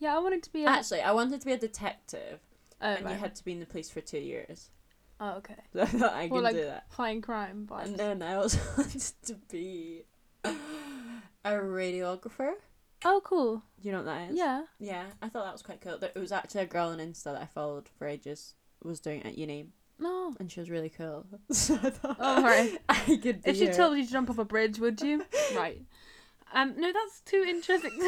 Speaker 1: Yeah, I wanted to be a.
Speaker 2: Actually, I wanted to be a detective,
Speaker 1: oh,
Speaker 2: and you
Speaker 1: right.
Speaker 2: had to be in the police for two years.
Speaker 1: oh, okay.
Speaker 2: So I thought I
Speaker 1: Well,
Speaker 2: could
Speaker 1: like-
Speaker 2: do that.
Speaker 1: Flying crime vibes.
Speaker 2: And then I also wanted to be a radiographer.
Speaker 1: Oh, cool.
Speaker 2: Do you know what that is?
Speaker 1: Yeah.
Speaker 2: Yeah, I thought that was quite cool. There- It was actually a girl on Insta that I followed for ages was doing it at uni,
Speaker 1: No.
Speaker 2: and she was really cool. So I thought
Speaker 1: Oh, right.
Speaker 2: I could be
Speaker 1: If she
Speaker 2: her.
Speaker 1: told you to jump off a bridge, would you? right. Um. No, that's too interesting.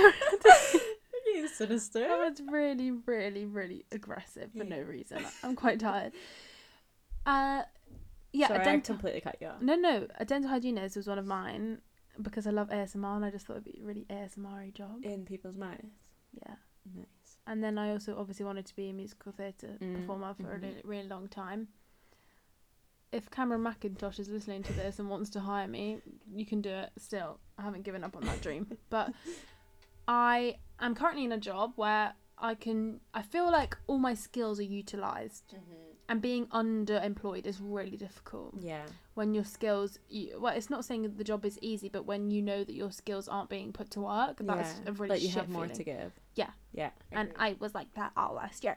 Speaker 2: you sinister.
Speaker 1: that was really, really, really aggressive for no reason. I'm quite tired. Uh, yeah.
Speaker 2: Sorry,
Speaker 1: a
Speaker 2: I
Speaker 1: dental.
Speaker 2: completely cut you off.
Speaker 1: no, no. A dental hygienist was one of mine because I love ASMR and I just thought it'd be a really ASMR job.
Speaker 2: In people's mouths.
Speaker 1: Yeah.
Speaker 2: Nice.
Speaker 1: And then I also obviously wanted to be a musical theatre
Speaker 2: Mm,
Speaker 1: performer for a
Speaker 2: mhm.
Speaker 1: really, really long time. If Cameron McIntosh is listening to this and wants to hire me, you can do it still. I haven't given up on that dream. But I am currently in a job where I can, I feel like all my skills are utilised. And being underemployed is really difficult
Speaker 2: Yeah.
Speaker 1: when your skills, you, well, it's not saying that the job is easy, but when you know that your skills aren't being put to work, that's
Speaker 2: yeah.
Speaker 1: a really
Speaker 2: Like you
Speaker 1: shit
Speaker 2: have more
Speaker 1: feeling
Speaker 2: to give.
Speaker 1: Yeah.
Speaker 2: Yeah.
Speaker 1: and I was like that all last year.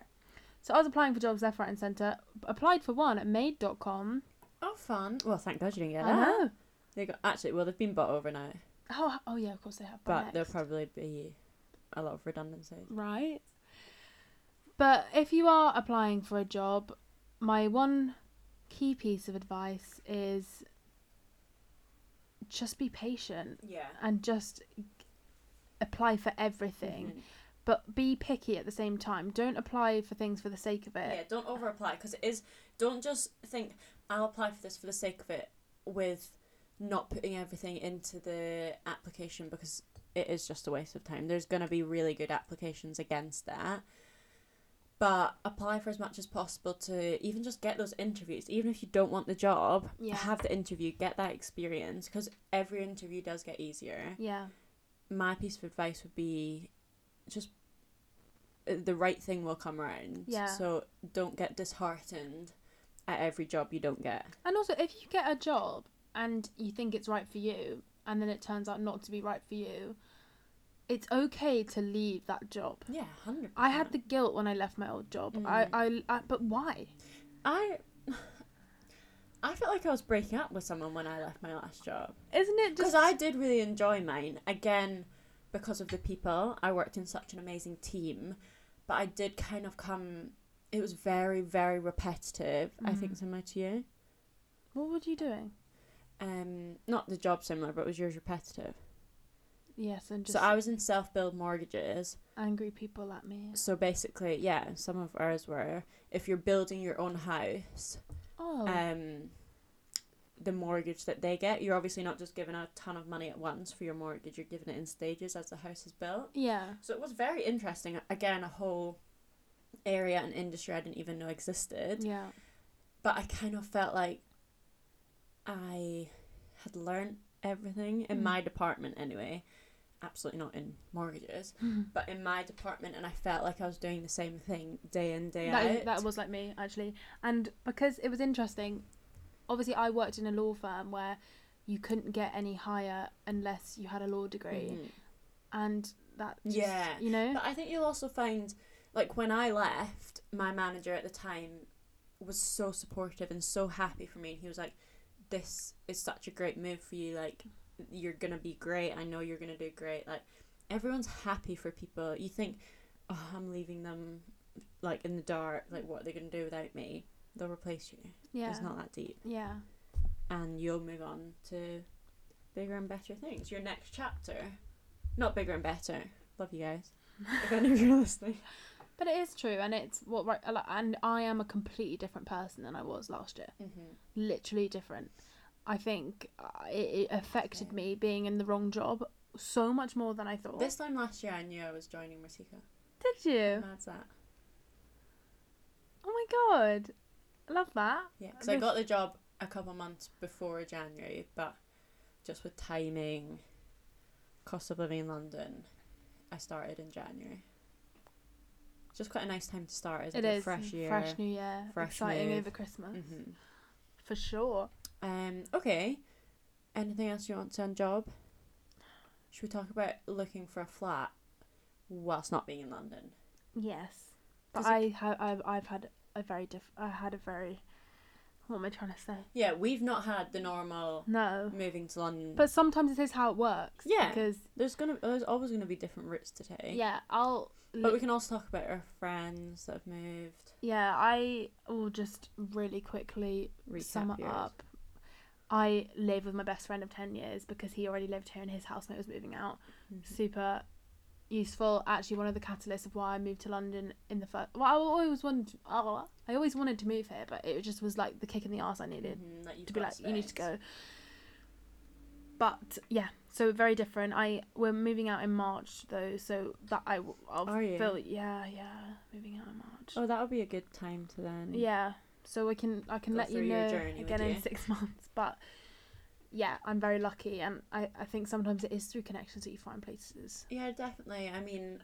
Speaker 1: So I was applying for jobs left, right, and centre. Applied for one at maid.com.
Speaker 2: oh, fun. Well, thank God you didn't get
Speaker 1: I
Speaker 2: that.
Speaker 1: know.
Speaker 2: They got actually. Well, they've been bought over now,
Speaker 1: Oh, oh yeah, of course they have.
Speaker 2: but
Speaker 1: But
Speaker 2: there'll probably be a lot of redundancies.
Speaker 1: right. But if you are applying for a job, my one key piece of advice is just be patient
Speaker 2: Yeah.
Speaker 1: and just apply for everything,
Speaker 2: Mm-hmm.
Speaker 1: but be picky at the same time. Don't apply for things for the sake of
Speaker 2: Yeah,
Speaker 1: it.
Speaker 2: don't over apply because it is. Don't just think I'll apply for this for the sake of it, with not putting everything into the application because it is just a waste of time. There's gonna be really good applications against that, but apply for as much as possible to even just get those interviews. Even if you don't want the job,
Speaker 1: Yeah.
Speaker 2: have the interview, get that experience because every interview does get easier
Speaker 1: Yeah.
Speaker 2: my piece of advice would be just uh, the right thing will come around.
Speaker 1: Yeah.
Speaker 2: So don't get disheartened at every job you don't get.
Speaker 1: And also, if you get a job and you think it's right for you, and then it turns out not to be right for you, it's okay to leave that job.
Speaker 2: Yeah, hundred.
Speaker 1: I had the guilt when I left my old job. I,
Speaker 2: Mm.
Speaker 1: I, I, but why?
Speaker 2: I. I felt like I was breaking up with someone when I left my last job
Speaker 1: Isn't it
Speaker 2: because
Speaker 1: just?
Speaker 2: I did really enjoy mine. Again, because of the people, I worked in such an amazing team, but I did kind of come. It was very, very repetitive. I
Speaker 1: Mm.
Speaker 2: think similar to you.
Speaker 1: What were you doing?
Speaker 2: Um, not the job similar, but was yours repetitive?
Speaker 1: Yes, and just
Speaker 2: so I was in self build mortgages.
Speaker 1: angry people at me.
Speaker 2: So basically, yeah, some of ours were if you're building your own house,
Speaker 1: Oh,
Speaker 2: um, the mortgage that they get, you're obviously not just giving a ton of money at once for your mortgage. You're giving it in stages as the house is built.
Speaker 1: yeah.
Speaker 2: So it was very interesting. Again, a whole area and industry I didn't even know existed.
Speaker 1: Yeah.
Speaker 2: But I kind of felt like I had learned everything in
Speaker 1: Mm.
Speaker 2: my department anyway. Absolutely not in mortgages, but in my department, and I felt like I was doing the same thing day in day
Speaker 1: that,
Speaker 2: out.
Speaker 1: is, that was like me actually and because it was interesting obviously i worked in a law firm where you couldn't get any higher unless you had a law degree
Speaker 2: Mhm.
Speaker 1: and that just,
Speaker 2: Yeah.
Speaker 1: you know
Speaker 2: But I think you'll also find, like, when I left, my manager at the time was so supportive and so happy for me. And he was like, This is such a great move for you. Like, you're going to be great. I know you're going to do great. Like, everyone's happy for people. You think, Oh, I'm leaving them, like, in the dark. Like, what are they going to do without me? They'll replace you.
Speaker 1: yeah
Speaker 2: It's not that deep.
Speaker 1: yeah
Speaker 2: And you'll move on to bigger and better things. Your next chapter. Not bigger and better. Love you guys. If any of you are listening.
Speaker 1: but it is true and it's what right like, and i am a completely different person than i was last year
Speaker 2: Mm-hmm.
Speaker 1: literally different i think uh, it, it affected
Speaker 2: Same.
Speaker 1: me being in the wrong job so much more than i thought
Speaker 2: This time last year, I knew I was joining Martika.
Speaker 1: did you
Speaker 2: Mad's that.
Speaker 1: oh my god i love that
Speaker 2: Yeah, because I got the job a couple months before January, but just with timing, cost of living in London, I started in January. Just quite a nice time to start, isn't
Speaker 1: It
Speaker 2: it?
Speaker 1: is Mm,
Speaker 2: Fresh year.
Speaker 1: fresh new year,
Speaker 2: fresh
Speaker 1: exciting
Speaker 2: move.
Speaker 1: over Christmas
Speaker 2: Mhm.
Speaker 1: for sure.
Speaker 2: Um. Okay. Anything else you want to say on job? Should we talk about looking for a flat whilst not being in London?
Speaker 1: Yes, but
Speaker 2: Does it-
Speaker 1: I have I've, I've had a very diff. I had a very. What am I trying to say?
Speaker 2: Yeah, we've not had the normal
Speaker 1: No,
Speaker 2: moving to London
Speaker 1: but sometimes it is how it works.
Speaker 2: Yeah.
Speaker 1: because
Speaker 2: There's gonna there's always gonna be different routes to take.
Speaker 1: yeah, I'll.
Speaker 2: But we can also talk about our friends that have moved.
Speaker 1: Yeah, I will just really quickly
Speaker 2: Recap
Speaker 1: sum it
Speaker 2: yours.
Speaker 1: up. I live with my best friend of ten years because he already lived here and his housemate was moving out.
Speaker 2: Mm-hmm.
Speaker 1: super useful. Actually, one of the catalysts of why I moved to London in the first. Well, I always wanted. Oh, I always wanted to move here, but it just was like the kick in the arse I needed
Speaker 2: Mhm, that you've
Speaker 1: to be
Speaker 2: got
Speaker 1: like, you need to
Speaker 2: space.
Speaker 1: go. But yeah, so very different. I we're moving out in March though, so that I will
Speaker 2: Are you?
Speaker 1: feel yeah yeah moving out in March. Mm.
Speaker 2: Oh, that would be a good time to then.
Speaker 1: Yeah, so we can I can
Speaker 2: Go
Speaker 1: let you
Speaker 2: through your
Speaker 1: know
Speaker 2: journey with
Speaker 1: again in
Speaker 2: you.
Speaker 1: six months, but yeah, I'm very lucky, and I I think sometimes it is through connections that you find places.
Speaker 2: Yeah, definitely. I mean,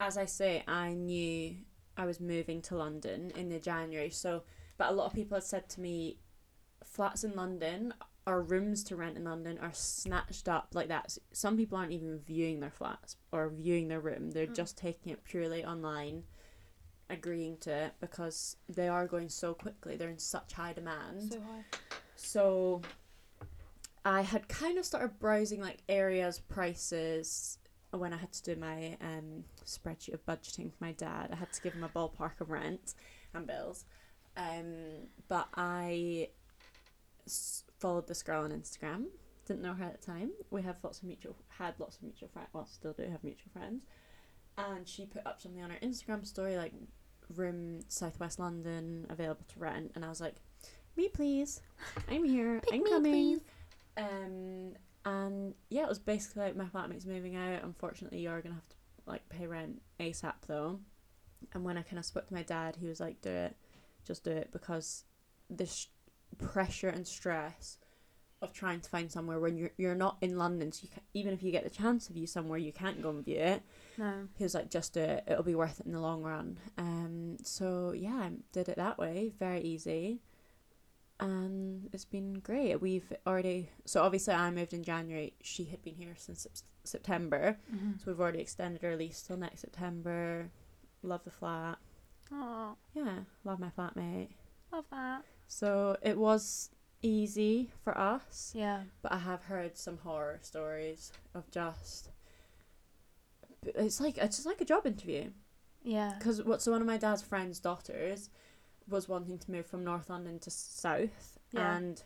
Speaker 2: as I say, I knew I was moving to London in the January. So, but a lot of people had said to me, flats in London or rooms to rent in London are snatched up like that. S- Some people aren't even viewing their flats or viewing their room. They're
Speaker 1: Mm.
Speaker 2: just taking it purely online, agreeing to it because they are going so quickly. They're in such high demand.
Speaker 1: So high.
Speaker 2: So I had kind of started browsing like areas, prices when I had to do my um, spreadsheet of budgeting for my dad. I had to give him a ballpark of rent and bills. Um, but I s- followed this girl on Instagram. Didn't know her at the time. We have lots of mutual had lots of mutual friends. Well, still do have mutual friends. And she put up something on her Instagram story like room Southwest London available to rent. And I was like, me please. I'm here.
Speaker 1: Pick
Speaker 2: I'm
Speaker 1: me,
Speaker 2: coming.
Speaker 1: please.
Speaker 2: Um, and yeah, it was basically like my flatmate's moving out. Unfortunately, you're gonna have to like pay rent ASAP though. And when I kind of spoke to my dad, he was like, "Do it, just do it," because this pressure and stress of trying to find somewhere when you're you're not in London, so you ca even if you get the chance to view somewhere, you can't go and view it.
Speaker 1: No.
Speaker 2: He was like, "Just do it. It'll be worth it in the long run." Um, so yeah, I did it that way. Very easy and it's been great. We've already so obviously I moved in January. She had been here since Sep- September, so
Speaker 1: Mm-hmm.
Speaker 2: we've already extended her lease till next September. Love the flat.
Speaker 1: Oh,
Speaker 2: Yeah, love my flatmate.
Speaker 1: love that.
Speaker 2: So it was easy for us,
Speaker 1: Yeah.
Speaker 2: but I have heard some horror stories of just. It's like it's just like a job interview.
Speaker 1: Yeah.
Speaker 2: Because what? So one of my dad's friends' daughters was wanting to move from North London to South,
Speaker 1: Yeah.
Speaker 2: and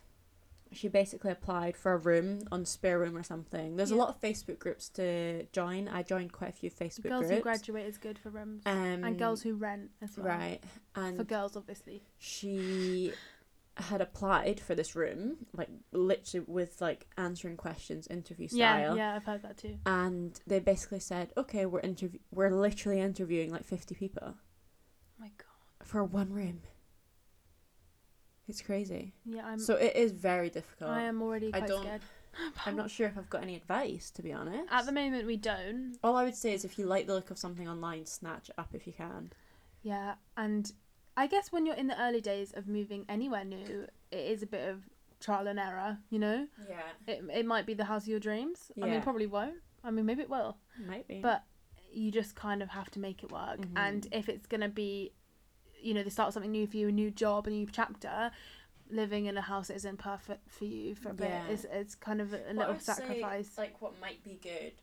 Speaker 2: she basically applied for a room on spare room or something. There's a
Speaker 1: Yeah.
Speaker 2: lot of Facebook groups to join. I joined quite a few Facebook
Speaker 1: girls
Speaker 2: groups.
Speaker 1: who graduate is good for rooms,
Speaker 2: um,
Speaker 1: and girls who rent as well.
Speaker 2: right and
Speaker 1: For girls, obviously.
Speaker 2: she had applied for this room like literally with like answering questions interview
Speaker 1: Yeah,
Speaker 2: style
Speaker 1: yeah, I've heard that too. Oh
Speaker 2: and they basically said okay we're interview we're literally interviewing like 50 people
Speaker 1: my god.
Speaker 2: for one room it's crazy
Speaker 1: Yeah, I'm.
Speaker 2: so it is very difficult
Speaker 1: I am already
Speaker 2: I
Speaker 1: quite
Speaker 2: don't-
Speaker 1: scared.
Speaker 2: i'm not sure if i've got any advice to be honest
Speaker 1: At the moment, we don't.
Speaker 2: all i would say is if you like the look of something online snatch it up if you can
Speaker 1: Yeah, and I guess when you're in the early days of moving anywhere new, it is a bit of trial and error. You know,
Speaker 2: yeah
Speaker 1: it it might be the house of your dreams. I mean,
Speaker 2: Yeah.
Speaker 1: it probably won't. I mean, maybe it will.
Speaker 2: might be
Speaker 1: But you just kind of have to make it work.
Speaker 2: Mhm.
Speaker 1: And if it's gonna be, you know, they start something new for you, a new job, a new chapter. Living in a house that isn't perfect for you for a bit
Speaker 2: Yeah.
Speaker 1: is it's kind of a,
Speaker 2: What I
Speaker 1: little
Speaker 2: would say,
Speaker 1: sacrifice.
Speaker 2: like what might be good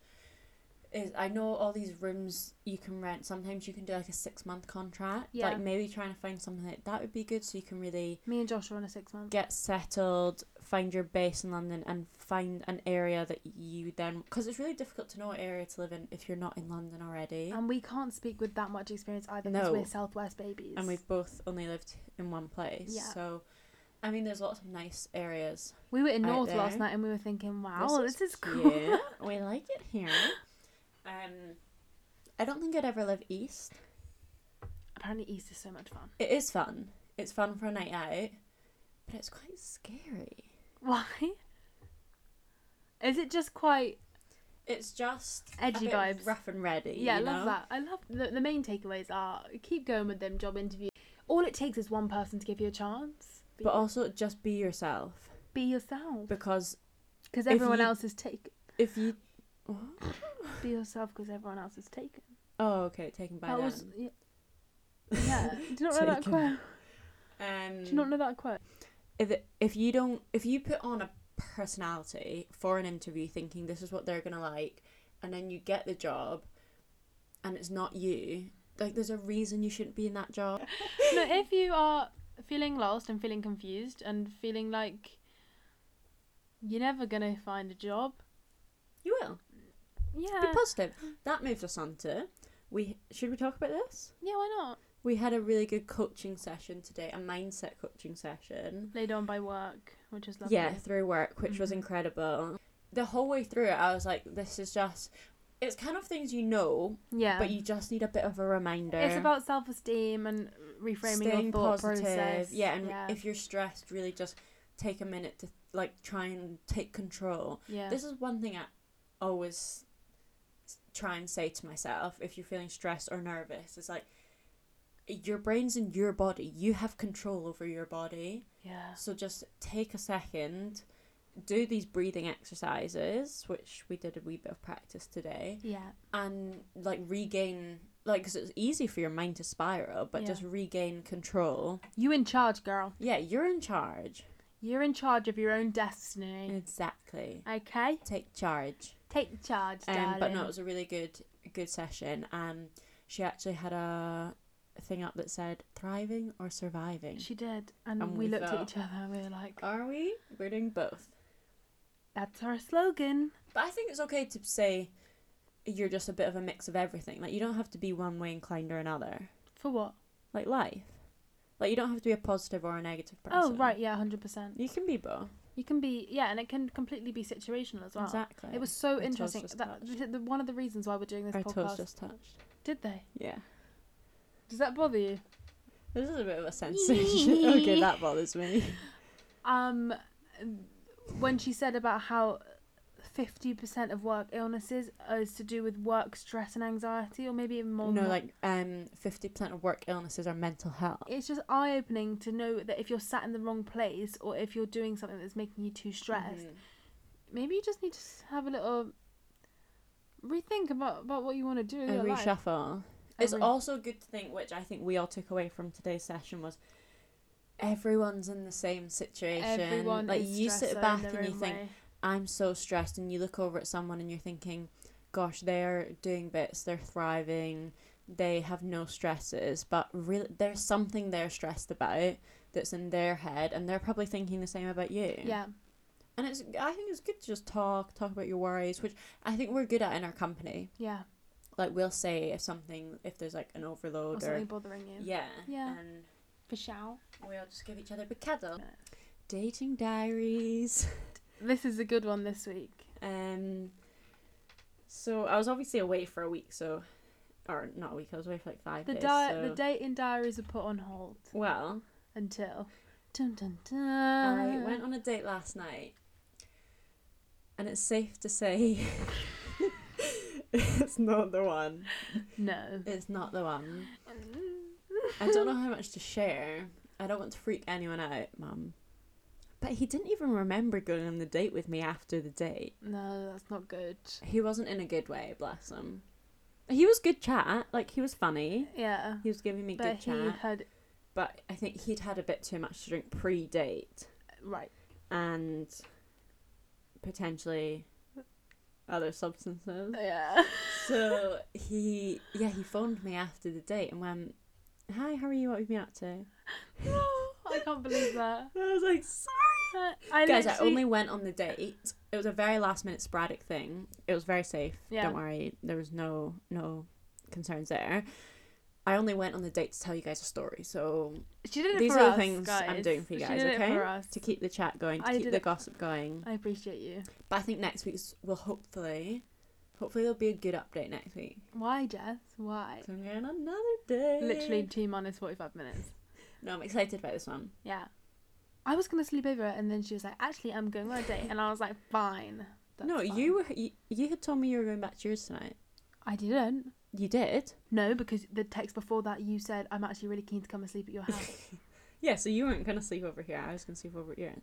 Speaker 2: is I know all these rooms you can rent. Sometimes you can do like a six month contract.
Speaker 1: Yeah.
Speaker 2: Like maybe trying to find something that that would be good, so you can really
Speaker 1: Me and Josh are on a six month.
Speaker 2: get settled, find your base in London, and find an area that you then because it's really difficult to know what area to live in if you're not in London already.
Speaker 1: And we can't speak with that much experience either because
Speaker 2: No.
Speaker 1: we're Southwest babies.
Speaker 2: and we've both only lived in one place,
Speaker 1: Yeah.
Speaker 2: so. I mean, there's lots of nice areas.
Speaker 1: we were in
Speaker 2: out
Speaker 1: North last
Speaker 2: there.
Speaker 1: night and we were thinking, wow, this, is cool.
Speaker 2: cute. we like it here. Um, I don't think I'd ever live east.
Speaker 1: Apparently, East is so much fun.
Speaker 2: It is fun. It's fun for a night out, but it's quite scary.
Speaker 1: Why? Is it just quite?
Speaker 2: It's just
Speaker 1: Edgy
Speaker 2: a bit
Speaker 1: vibes.
Speaker 2: rough and ready.
Speaker 1: Yeah, I
Speaker 2: you
Speaker 1: love
Speaker 2: know?
Speaker 1: that. I love the, the main takeaways are keep going with them job interview. All it takes is one person to give you a chance. Be,
Speaker 2: But also, just be yourself
Speaker 1: be yourself
Speaker 2: because
Speaker 1: because
Speaker 2: if
Speaker 1: everyone
Speaker 2: you-
Speaker 1: else is taken.
Speaker 2: if you.
Speaker 1: Be yourself because everyone else is taken.
Speaker 2: Oh, okay, taken by
Speaker 1: that
Speaker 2: them.
Speaker 1: was yeah. yeah. Do you not know that
Speaker 2: Taken.
Speaker 1: quote?
Speaker 2: Um,
Speaker 1: Do you not know that quote?
Speaker 2: if if you don't if you put on a personality for an interview thinking this is what they're gonna like and then you get the job and it's not you like there's a reason you shouldn't be in that job
Speaker 1: No, if you are feeling lost and feeling confused and feeling like you're never gonna find a job,
Speaker 2: you will be
Speaker 1: yeah,
Speaker 2: positive that moves us on to we should we talk about this
Speaker 1: yeah, why not?
Speaker 2: we had a really good coaching session today a mindset coaching session
Speaker 1: Laid on by work, which is lovely.
Speaker 2: yeah through work which was
Speaker 1: Mhm.
Speaker 2: incredible the whole way through it i was like this is just it's kind of things you know
Speaker 1: yeah.
Speaker 2: but you just need a bit of a reminder
Speaker 1: it's about self-esteem and reframing your thought process.
Speaker 2: Yeah, and if you're stressed, really just take a minute to like try and take control.
Speaker 1: yeah,
Speaker 2: This is one thing I always s- try and say to myself if you're feeling stressed or nervous. It's like your brain's in your body. You have control over your body.
Speaker 1: yeah,
Speaker 2: So just take a second, do these breathing exercises, which we did a wee bit of practice today
Speaker 1: yeah,
Speaker 2: and like regain like 'cause it's easy for your mind to spiral but
Speaker 1: Yeah.
Speaker 2: just regain control
Speaker 1: you in charge, girl.
Speaker 2: yeah you're in charge
Speaker 1: You're in charge of your own destiny.
Speaker 2: exactly
Speaker 1: Okay,
Speaker 2: take charge
Speaker 1: take charge,
Speaker 2: um,
Speaker 1: darling.
Speaker 2: Mm-hmm. but no it was a really good good session and she actually had a thing up that said thriving or surviving
Speaker 1: she did, and,
Speaker 2: And
Speaker 1: we,
Speaker 2: we
Speaker 1: looked
Speaker 2: felt- Uh,
Speaker 1: at each other and we were like,
Speaker 2: are we we're doing both
Speaker 1: "That's our slogan."
Speaker 2: but i think it's okay to say you're just a bit of a mix of everything like you don't have to be one way inclined or another
Speaker 1: For what?
Speaker 2: like life like you don't have to be a positive or a negative person
Speaker 1: Oh right, yeah, hundred percent.
Speaker 2: you can be both
Speaker 1: You can be yeah, and it can completely be situational as well.
Speaker 2: Exactly.
Speaker 1: It was so
Speaker 2: My toes
Speaker 1: interesting.
Speaker 2: just
Speaker 1: That
Speaker 2: touched.
Speaker 1: the, the, one of the reasons why we're doing this
Speaker 2: our toes
Speaker 1: podcast.
Speaker 2: just touched.
Speaker 1: Did they?
Speaker 2: Yeah.
Speaker 1: Does that bother you?
Speaker 2: This is a bit of a sensation. okay, that bothers me.
Speaker 1: Um, when she said about how fifty percent of work illnesses is to do with work stress and anxiety, or maybe even more. than
Speaker 2: no,
Speaker 1: that.
Speaker 2: like um, fifty percent of work illnesses are mental health.
Speaker 1: It's just eye opening to know that if you're sat in the wrong place or if you're doing something that's making you too stressed,
Speaker 2: Mhm.
Speaker 1: maybe you just need to s- have a little rethink about, about what you want to do. in
Speaker 2: A
Speaker 1: your life.
Speaker 2: reshuffle.
Speaker 1: A
Speaker 2: It's
Speaker 1: re-
Speaker 2: also good to think, which I think we all took away from today's session was. Everyone's in the same situation.
Speaker 1: Everyone
Speaker 2: like
Speaker 1: is
Speaker 2: you sit
Speaker 1: stressor in
Speaker 2: back
Speaker 1: their
Speaker 2: and you
Speaker 1: own
Speaker 2: think,
Speaker 1: way.
Speaker 2: I'm so stressed, and you look over at someone and you're thinking, gosh, they're doing bits, they're thriving, they have no stresses, but really, there's something they're stressed about that's in their head, and they're probably thinking the same about you.
Speaker 1: Yeah.
Speaker 2: And it's I think it's good to just talk, talk about your worries, which I think we're good at in our company.
Speaker 1: Yeah.
Speaker 2: Like we'll say if something if there's like an
Speaker 1: Or
Speaker 2: overload or,
Speaker 1: something bothering you.
Speaker 2: yeah.
Speaker 1: Yeah.
Speaker 2: And
Speaker 1: For shout.
Speaker 2: we'll just give each other a cuddle. Dating diaries.
Speaker 1: This is a good one this week.
Speaker 2: Um, so I was obviously away for a week, so or not a week. I was away for like five
Speaker 1: The
Speaker 2: days.
Speaker 1: di-
Speaker 2: so-
Speaker 1: the dating diaries are put on hold
Speaker 2: well,
Speaker 1: until. Dun, dun,
Speaker 2: I
Speaker 1: dun.
Speaker 2: went on a date last night, and it's safe to say it's not the one.
Speaker 1: No.
Speaker 2: It's not the one. I don't know how much to share. I don't want to freak anyone out, Mum. But he didn't even remember going on the date with me after the date.
Speaker 1: No, that's not good.
Speaker 2: He wasn't in a good way, bless him. He was good chat, like he was funny.
Speaker 1: Yeah.
Speaker 2: He was giving me
Speaker 1: But
Speaker 2: good
Speaker 1: he
Speaker 2: chat,
Speaker 1: had.
Speaker 2: but I think he'd had a bit too much to drink pre-date
Speaker 1: Right.
Speaker 2: and potentially other substances.
Speaker 1: Yeah.
Speaker 2: so he, yeah, he phoned me after the date and went, "Hi, how are you? What have you been up to?"
Speaker 1: I can't believe that.
Speaker 2: I was like, "Sorry."
Speaker 1: I
Speaker 2: Guys, I
Speaker 1: literally-
Speaker 2: only went on the date. It was a very last minute sporadic thing. It was very safe.
Speaker 1: Yeah.
Speaker 2: Don't worry. There was no no concerns there. I only went on the date to tell you guys a story. So
Speaker 1: She did it
Speaker 2: These
Speaker 1: for
Speaker 2: are the
Speaker 1: us,
Speaker 2: things I'm
Speaker 1: guys.
Speaker 2: doing for you
Speaker 1: She
Speaker 2: guys,
Speaker 1: did it
Speaker 2: okay?
Speaker 1: for us.
Speaker 2: to keep the chat going, to
Speaker 1: I
Speaker 2: keep
Speaker 1: did
Speaker 2: the
Speaker 1: it-
Speaker 2: gossip going.
Speaker 1: I appreciate you.
Speaker 2: But I think next week's will hopefully, hopefully there'll be a good update next week.
Speaker 1: Why, Jess? Why?
Speaker 2: So I'm going on another day.
Speaker 1: Literally two minus forty-five minutes.
Speaker 2: No, I'm excited about this one.
Speaker 1: Yeah. I was gonna sleep over, and then she was like, "Actually, I'm going on a date," and I was like, "Fine." that's
Speaker 2: no,
Speaker 1: fine."
Speaker 2: you were you, you had told me you were going back to yours tonight.
Speaker 1: I didn't.
Speaker 2: You did.
Speaker 1: No, because the text before that, you said, "I'm actually really keen to come and sleep at your house."
Speaker 2: Yeah, so you weren't gonna sleep over here. I was gonna sleep over here.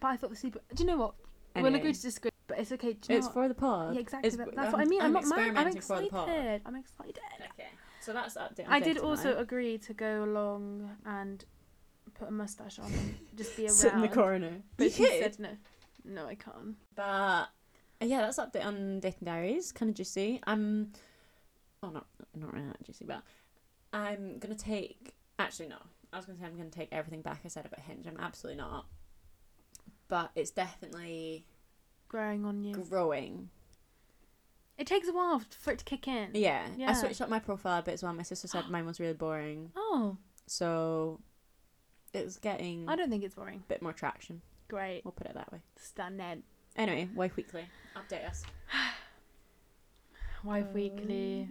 Speaker 1: but I thought the sleep. Do you know what?
Speaker 2: Anyway,
Speaker 1: We'll agree to disagree, but it's okay. Do you know
Speaker 2: it's
Speaker 1: what?
Speaker 2: for the pod.
Speaker 1: yeah, exactly.
Speaker 2: It's-
Speaker 1: that- that's what I mean. I'm, not mad. I'm
Speaker 2: experimenting for the
Speaker 1: excited.
Speaker 2: pod.
Speaker 1: I'm excited.
Speaker 2: Okay, so that's the update. on
Speaker 1: I
Speaker 2: day
Speaker 1: did
Speaker 2: tonight.
Speaker 1: also agree to go along and put a mustache on and just be around.
Speaker 2: sit in the corner.
Speaker 1: But
Speaker 2: You
Speaker 1: she
Speaker 2: could.
Speaker 1: said no. No, I can't.
Speaker 2: But uh, yeah, that's update on dating diaries. Kind of juicy. I'm, well, not not really that juicy, but I'm gonna take. Actually, no. I was gonna say I'm gonna take everything back I said about Hinge. I'm absolutely not. But it's definitely
Speaker 1: Growing on you.
Speaker 2: growing.
Speaker 1: It takes a while for it to kick in.
Speaker 2: Yeah. I
Speaker 1: Yeah.
Speaker 2: switched up my profile a bit as well. My sister said mine was really boring,
Speaker 1: Oh,
Speaker 2: so it's getting
Speaker 1: I
Speaker 2: a
Speaker 1: don't think it's boring.
Speaker 2: bit more traction.
Speaker 1: Great.
Speaker 2: We'll put it that way.
Speaker 1: Stunning.
Speaker 2: Anyway, Wife Weekly, update us.
Speaker 1: Wife Weekly.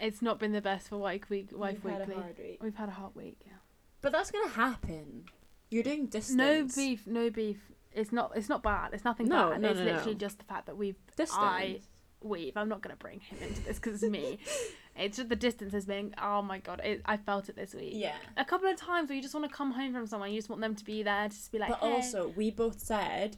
Speaker 1: It's not been the best for Wife, week- wife
Speaker 2: Um, We've had a
Speaker 1: Weekly.
Speaker 2: hard week.
Speaker 1: We've had a hot week. yeah.
Speaker 2: But that's gonna happen. You're doing distance.
Speaker 1: No beef, no beef. It's not. It's not bad. It's nothing
Speaker 2: No,
Speaker 1: bad.
Speaker 2: no,
Speaker 1: it's
Speaker 2: no, no.
Speaker 1: literally just the fact that we've
Speaker 2: Distance.
Speaker 1: I- weave. I'm not gonna bring him into this because it's me. it's just the distance has been. Oh my god, it, I felt it this week.
Speaker 2: Yeah.
Speaker 1: A couple of times where you just want to come home from someone, you just want them to be there, just be like. eh.
Speaker 2: but
Speaker 1: "Hey."
Speaker 2: also, we both said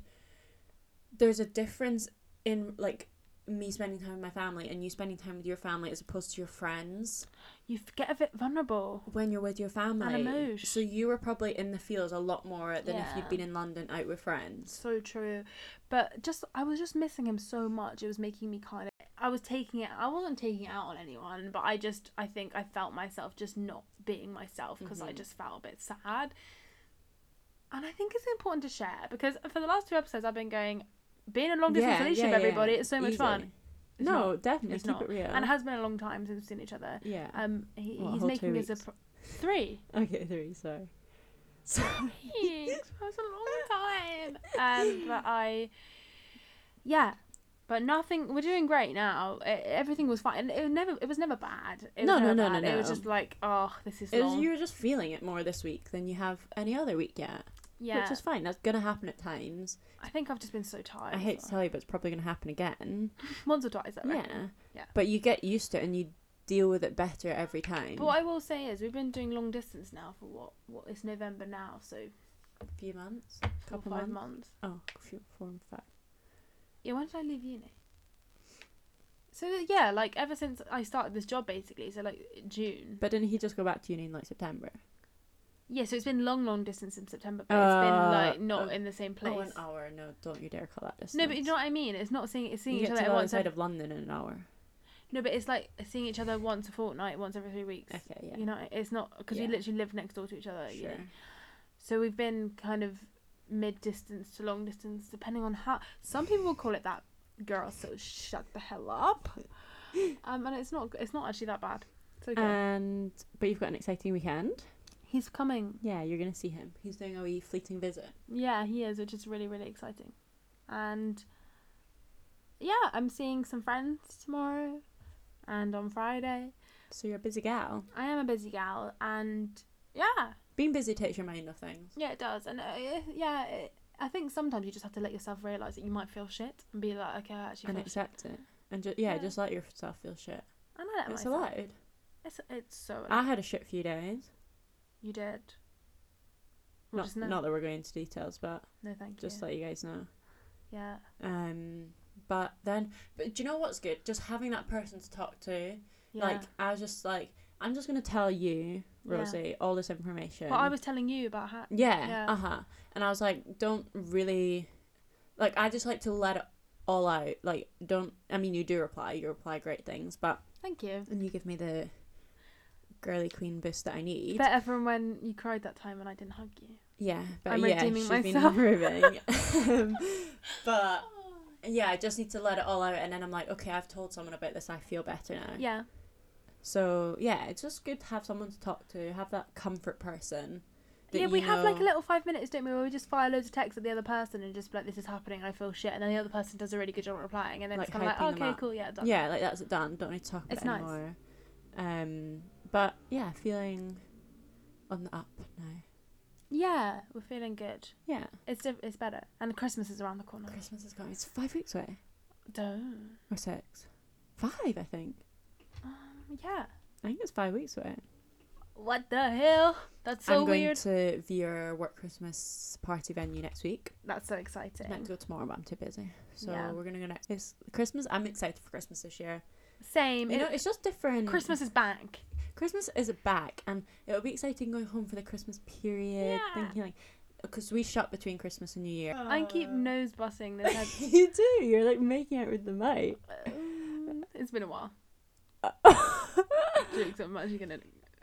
Speaker 2: there's a difference in like me spending time with my family and you spending time with your family as opposed to your friends
Speaker 1: you f- get a bit vulnerable.
Speaker 2: when you're with your family.
Speaker 1: moosh.
Speaker 2: So you were probably in the fields a lot more than if you'd
Speaker 1: Yeah.
Speaker 2: been in London out with friends.
Speaker 1: So true, but just I was just missing him so much. It was making me kind of. I was taking it. I wasn't taking it out on anyone, but I just I think I felt myself just not being myself because I
Speaker 2: Mhm.
Speaker 1: just felt a bit sad. And I think it's important to share because for the last two episodes I've been going, being in a long distance relationship, everybody, it's so much
Speaker 2: Easy.
Speaker 1: fun. It's
Speaker 2: no,
Speaker 1: not.
Speaker 2: definitely
Speaker 1: It's
Speaker 2: keep
Speaker 1: not.
Speaker 2: it real.
Speaker 1: and it has been a long time since we've seen each other.
Speaker 2: yeah.
Speaker 1: Um, he,
Speaker 2: What, a
Speaker 1: he's
Speaker 2: whole two
Speaker 1: making us a
Speaker 2: weeks?
Speaker 1: pro- three.
Speaker 2: okay, three. Sorry. Sorry.
Speaker 1: Thanks. That's a long time. Um, but I, yeah, but nothing. We're doing great now. E- everything was fine. It, was never. It was never bad. It was
Speaker 2: No,
Speaker 1: never
Speaker 2: no, no,
Speaker 1: bad.
Speaker 2: no,
Speaker 1: It was
Speaker 2: no.
Speaker 1: just like, oh, this is
Speaker 2: It was-
Speaker 1: long.
Speaker 2: you were just feeling it more this week than you have any other week yet.
Speaker 1: yeah,
Speaker 2: Which is fine. That's gonna happen at times.
Speaker 1: I think I've just been so tired.
Speaker 2: I hate to
Speaker 1: so-
Speaker 2: tell you, but it's probably gonna happen again.
Speaker 1: once or twice. I reckon.
Speaker 2: Yeah.
Speaker 1: Yeah.
Speaker 2: But you get used to it and you deal with it better every time.
Speaker 1: But what I will say is, we've been doing long distance now for what? What it's November now, so
Speaker 2: a few months.
Speaker 1: four
Speaker 2: Couple
Speaker 1: or five
Speaker 2: months.
Speaker 1: months.
Speaker 2: Oh, few, four and five.
Speaker 1: Yeah, when did I leave uni? So yeah, like ever since I started this job, basically. So like June.
Speaker 2: But didn't he just go back to uni in like September?
Speaker 1: Yeah, so it's been long, long distance in September, but it's been
Speaker 2: Uh,
Speaker 1: like not
Speaker 2: uh,
Speaker 1: in the same place.
Speaker 2: Oh, an hour. No, don't you dare call that distance.
Speaker 1: no, but you know what I mean. It's not seeing it's seeing
Speaker 2: You
Speaker 1: each
Speaker 2: get
Speaker 1: other
Speaker 2: to
Speaker 1: at
Speaker 2: the other
Speaker 1: once.
Speaker 2: side
Speaker 1: ev-
Speaker 2: of London in an hour.
Speaker 1: no, but it's like seeing each other once a fortnight, once every three weeks.
Speaker 2: Okay, yeah.
Speaker 1: You know, it's not because
Speaker 2: Yeah.
Speaker 1: we literally live next door to each other. you
Speaker 2: sure.
Speaker 1: know. So we've been kind of mid distance to long distance, depending on how. Some people will call it that. Girl, so shut the hell up. Um, and it's not. It's not actually that bad. It's okay.
Speaker 2: Uh, And but you've got an exciting weekend.
Speaker 1: He's coming.
Speaker 2: Yeah, you're gonna see him. He's doing a wee fleeting visit.
Speaker 1: Yeah, he is, which is really really exciting. And yeah, I'm seeing some friends tomorrow, and on Friday.
Speaker 2: So you're a busy gal.
Speaker 1: I am a busy gal, and yeah,
Speaker 2: Being busy takes your mind off things.
Speaker 1: yeah, it does, and uh, yeah, it, I think sometimes you just have to let yourself realize that you might feel shit and be like, okay, I actually
Speaker 2: and
Speaker 1: feel shit.
Speaker 2: accept it. And ju- yeah,
Speaker 1: Yeah.
Speaker 2: just let yourself feel shit.
Speaker 1: And I let
Speaker 2: it's
Speaker 1: myself.
Speaker 2: allowed.
Speaker 1: It's it's so.
Speaker 2: I had a shit few days.
Speaker 1: you did. Well,
Speaker 2: Not,
Speaker 1: just no,
Speaker 2: not that we're going into details, but
Speaker 1: no, thank
Speaker 2: just
Speaker 1: you.
Speaker 2: let you guys know.
Speaker 1: yeah,
Speaker 2: Um, but then, but do you know what's good? Just having that person to talk to.
Speaker 1: yeah.
Speaker 2: Like I was just like, I'm just gonna tell you,
Speaker 1: Yeah.
Speaker 2: Rosie, all this information.
Speaker 1: what I was telling you about how.
Speaker 2: Yeah.
Speaker 1: Yeah.
Speaker 2: Uh huh. And I was like, don't really, like, I just like to let it all out. Like, don't. I mean, you do reply. You reply great things, but
Speaker 1: Thank you.
Speaker 2: and you give me the girly queen boost that I need.
Speaker 1: Better from when you cried that time and I didn't hug you.
Speaker 2: yeah. But
Speaker 1: I'm
Speaker 2: yeah,
Speaker 1: redeeming
Speaker 2: she's
Speaker 1: myself.
Speaker 2: been improving. um, but yeah, I just need to let it all out, and then I'm like, okay, I've told someone about this. I feel better now.
Speaker 1: Yeah,
Speaker 2: So yeah, it's just good to have someone to talk to, have that comfort person. that
Speaker 1: yeah. We
Speaker 2: you
Speaker 1: have like a
Speaker 2: know-
Speaker 1: little five minutes, don't we? Where we just fire loads of texts at the other person and just be like, "This is happening. I feel shit," and then the other person does a really good job at replying, and then
Speaker 2: Like,
Speaker 1: it's kind of like,
Speaker 2: hyping them
Speaker 1: "Okay,
Speaker 2: up.
Speaker 1: cool, yeah, done."
Speaker 2: Yeah, like that's it done. Don't need to talk about
Speaker 1: It's
Speaker 2: it
Speaker 1: nice.
Speaker 2: anymore. Um, but yeah, feeling on the up now.
Speaker 1: Yeah, we're feeling good.
Speaker 2: Yeah,
Speaker 1: It's diff- it's better, and Christmas is around the corner.
Speaker 2: Christmas is coming. It's five weeks away
Speaker 1: Don't.
Speaker 2: or six. Five, I think.
Speaker 1: Um, yeah.
Speaker 2: I think it's five weeks away.
Speaker 1: What the hell? That's so
Speaker 2: I'm going
Speaker 1: weird.
Speaker 2: to view work Christmas party venue next week.
Speaker 1: That's so
Speaker 2: I meant
Speaker 1: exciting.
Speaker 2: to go tomorrow, but I'm too busy. So
Speaker 1: Yeah.
Speaker 2: we're gonna go next. It's Christmas. I'm excited for Christmas this year.
Speaker 1: Same.
Speaker 2: You know,
Speaker 1: it-
Speaker 2: it's just different.
Speaker 1: Christmas is back.
Speaker 2: Christmas is back, and it'll be exciting going home for the Christmas period.
Speaker 1: Yeah.
Speaker 2: Thinking like, because we shop between Christmas and New Year.
Speaker 1: I keep nose busting Oh, this. Head-
Speaker 2: you do. You're like making out with the mic.
Speaker 1: Um, it's been a while. Mm. Jokes. I'm actually gonna.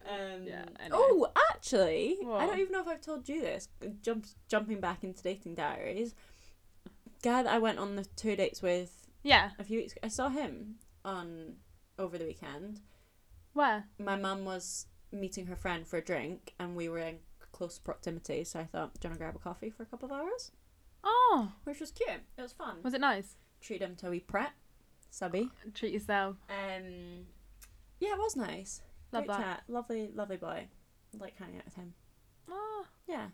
Speaker 2: Um,
Speaker 1: Yeah, anyway.
Speaker 2: Oh, actually, I
Speaker 1: What?
Speaker 2: don't even know if I've told you this. Jumps, jumping back into dating diaries. Guy that I went on the two dates with
Speaker 1: Yeah.
Speaker 2: a few weeks ago, I saw him on over the weekend.
Speaker 1: Where?
Speaker 2: My mum was meeting her friend for a drink, and we were in close proximity, so I thought, do you want to grab a coffee for a couple of hours?
Speaker 1: Oh,
Speaker 2: Which was cute. It was fun.
Speaker 1: was it nice?
Speaker 2: Treat him to a wee pret, subby.
Speaker 1: Treat yourself.
Speaker 2: Um, yeah, it was nice.
Speaker 1: Love
Speaker 2: Great
Speaker 1: that.
Speaker 2: chat. Lovely, lovely boy. Like hanging out with him.
Speaker 1: Oh,
Speaker 2: Yeah,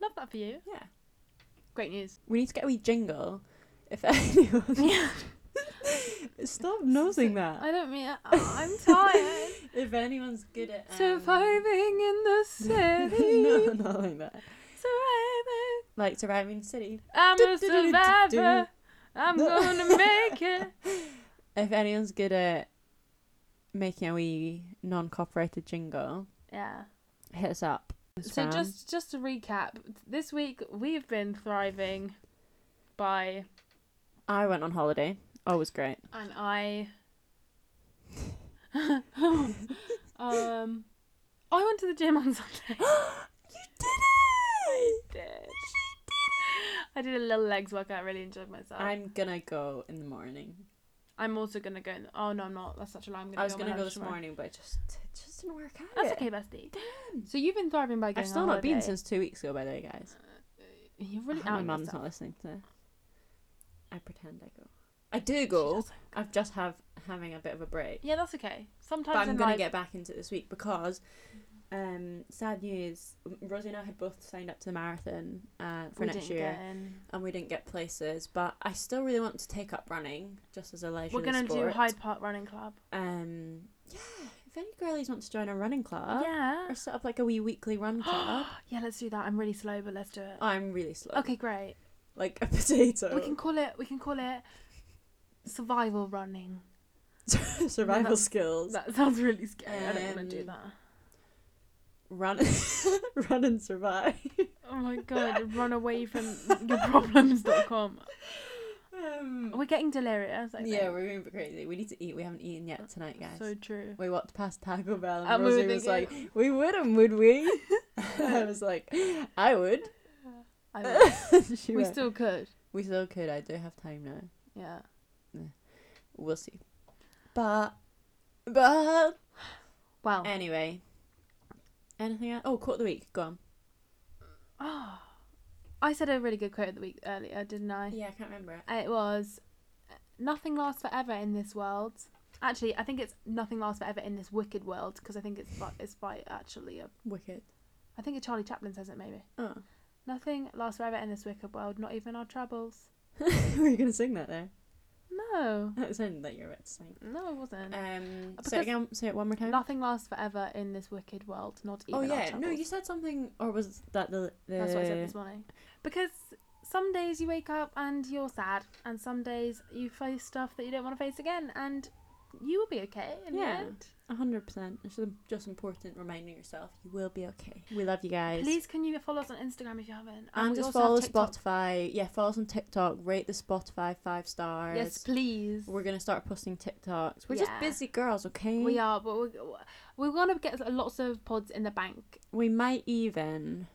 Speaker 1: love that for you.
Speaker 2: yeah.
Speaker 1: Great news.
Speaker 2: We need to get a wee jingle. If anyone. Stop nosing that.
Speaker 1: I don't mean. Oh, I'm tired.
Speaker 2: If anyone's good at. Um...
Speaker 1: Surviving in the city.
Speaker 2: no, not like that.
Speaker 1: Surviving.
Speaker 2: Like surviving city.
Speaker 1: I'm a survivor. I'm
Speaker 2: No.
Speaker 1: gonna make it.
Speaker 2: If anyone's good at making a wee non copyrighted jingle,
Speaker 1: Yeah.
Speaker 2: hit us up.
Speaker 1: So
Speaker 2: Instagram.
Speaker 1: just just to recap, this week we've been thriving by
Speaker 2: I went on holiday. Always great.
Speaker 1: and I um I went to the gym on Sunday.
Speaker 2: you did it!
Speaker 1: did. I did a little legs workout, really enjoyed myself. I'm,
Speaker 2: I'm gonna go in the morning.
Speaker 1: also gonna go in oh no I'm not, that's such a lie. I'm gonna
Speaker 2: I was
Speaker 1: go on my
Speaker 2: gonna go
Speaker 1: lunch
Speaker 2: this
Speaker 1: tomorrow.
Speaker 2: morning, but it just it just didn't work out.
Speaker 1: That's okay, bestie. So you've been thriving by going
Speaker 2: I've still
Speaker 1: on
Speaker 2: not been
Speaker 1: holiday.
Speaker 2: since two weeks ago, by the way, guys.
Speaker 1: You've
Speaker 2: Really
Speaker 1: really
Speaker 2: my
Speaker 1: out
Speaker 2: mum's
Speaker 1: yourself.
Speaker 2: not listening to. this. I pretend I go. I do go.
Speaker 1: She doesn't.
Speaker 2: I've just have having a bit of a break,
Speaker 1: Yeah, that's okay. Sometimes
Speaker 2: but I'm
Speaker 1: in
Speaker 2: gonna
Speaker 1: life,
Speaker 2: get back into it this week because, um, sad news. Rosie and I had both signed up to the marathon uh, for
Speaker 1: we
Speaker 2: next
Speaker 1: didn't
Speaker 2: year,
Speaker 1: get in.
Speaker 2: and we didn't get places. But I still really want to take up running, just as a leisure.
Speaker 1: We're gonna do
Speaker 2: sport.
Speaker 1: Hyde Park Running Club.
Speaker 2: Um, yeah, if any girlies want to join a running club
Speaker 1: yeah.
Speaker 2: or set up like a wee weekly run club,
Speaker 1: Yeah, let's do that. I'm really slow, but let's do it.
Speaker 2: I'm really slow.
Speaker 1: Okay, great.
Speaker 2: Like a potato.
Speaker 1: We can call it. We can call it survival running.
Speaker 2: Survival
Speaker 1: That's-
Speaker 2: skills.
Speaker 1: That sounds really scary. I don't want to do
Speaker 2: Um,
Speaker 1: that.
Speaker 2: Run, run and survive.
Speaker 1: Oh my god! run away from yourproblems.com.
Speaker 2: Um,
Speaker 1: We're getting delirious. I think.
Speaker 2: yeah, we're going a bit crazy. We need to eat. We haven't eaten yet tonight, guys.
Speaker 1: so true.
Speaker 2: we walked past Taco Bell and
Speaker 1: And we were
Speaker 2: Rosie was like,
Speaker 1: thinking-
Speaker 2: "We wouldn't, would we?" I was like, "I would."
Speaker 1: I mean,
Speaker 2: She
Speaker 1: we
Speaker 2: went,
Speaker 1: still could.
Speaker 2: we still could. I do have time now.
Speaker 1: Yeah.
Speaker 2: We'll see. But but
Speaker 1: Well.
Speaker 2: anyway. Anything else? Oh, quote of the week. Go on.
Speaker 1: Oh, I said a really good quote of the week earlier, didn't I?
Speaker 2: Yeah, I can't remember it.
Speaker 1: It was nothing lasts forever in this world. Actually, I think it's nothing lasts forever in this wicked world because I think it's by, it's by actually a,
Speaker 2: Wicked.
Speaker 1: I think a Charlie Chaplin says it maybe.
Speaker 2: Oh.
Speaker 1: Nothing lasts forever in this wicked world, not even our troubles.
Speaker 2: Were you gonna sing that there?
Speaker 1: No,
Speaker 2: That sounded like you were about to sing.
Speaker 1: no, it wasn't.
Speaker 2: Um
Speaker 1: Uh,
Speaker 2: say it
Speaker 1: because-
Speaker 2: again say it one more time.
Speaker 1: Nothing lasts forever in this wicked world, not even
Speaker 2: oh
Speaker 1: our
Speaker 2: yeah.
Speaker 1: troubles.
Speaker 2: No, you said something or was that the, the
Speaker 1: That's what I said this morning. Because some days you wake up and you're sad, and some days you face stuff that you don't want to face again, and you will be okay in
Speaker 2: Yeah.
Speaker 1: the end.
Speaker 2: A hundred percent. It's just- just important reminding yourself you will be okay. We love you guys.
Speaker 1: Please, can you follow us on Instagram if you haven't?
Speaker 2: and
Speaker 1: we
Speaker 2: just
Speaker 1: also have
Speaker 2: follow
Speaker 1: TikTok.
Speaker 2: Spotify. Yeah, follow us on TikTok. Rate the Spotify five stars.
Speaker 1: Yes, please.
Speaker 2: We're gonna start posting TikToks. We're just
Speaker 1: Yeah.
Speaker 2: busy girls, okay?
Speaker 1: We are, but we're, we're going to get lots of pods in the bank.
Speaker 2: We might even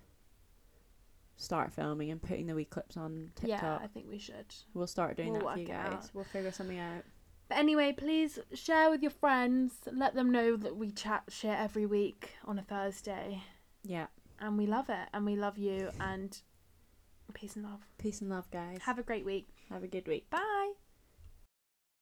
Speaker 2: start filming and putting the wee clips on TikTok.
Speaker 1: Yeah, I think we should.
Speaker 2: We'll start doing
Speaker 1: We'll
Speaker 2: that for
Speaker 1: work
Speaker 2: you
Speaker 1: it
Speaker 2: guys.
Speaker 1: out.
Speaker 2: We'll figure something out.
Speaker 1: But anyway, please share with your friends. Let them know that we chat share every week on a Thursday.
Speaker 2: Yeah.
Speaker 1: And we love it. And we love you. And peace and love.
Speaker 2: Peace and love, guys.
Speaker 1: Have a great week.
Speaker 2: Have a good week.
Speaker 1: Bye.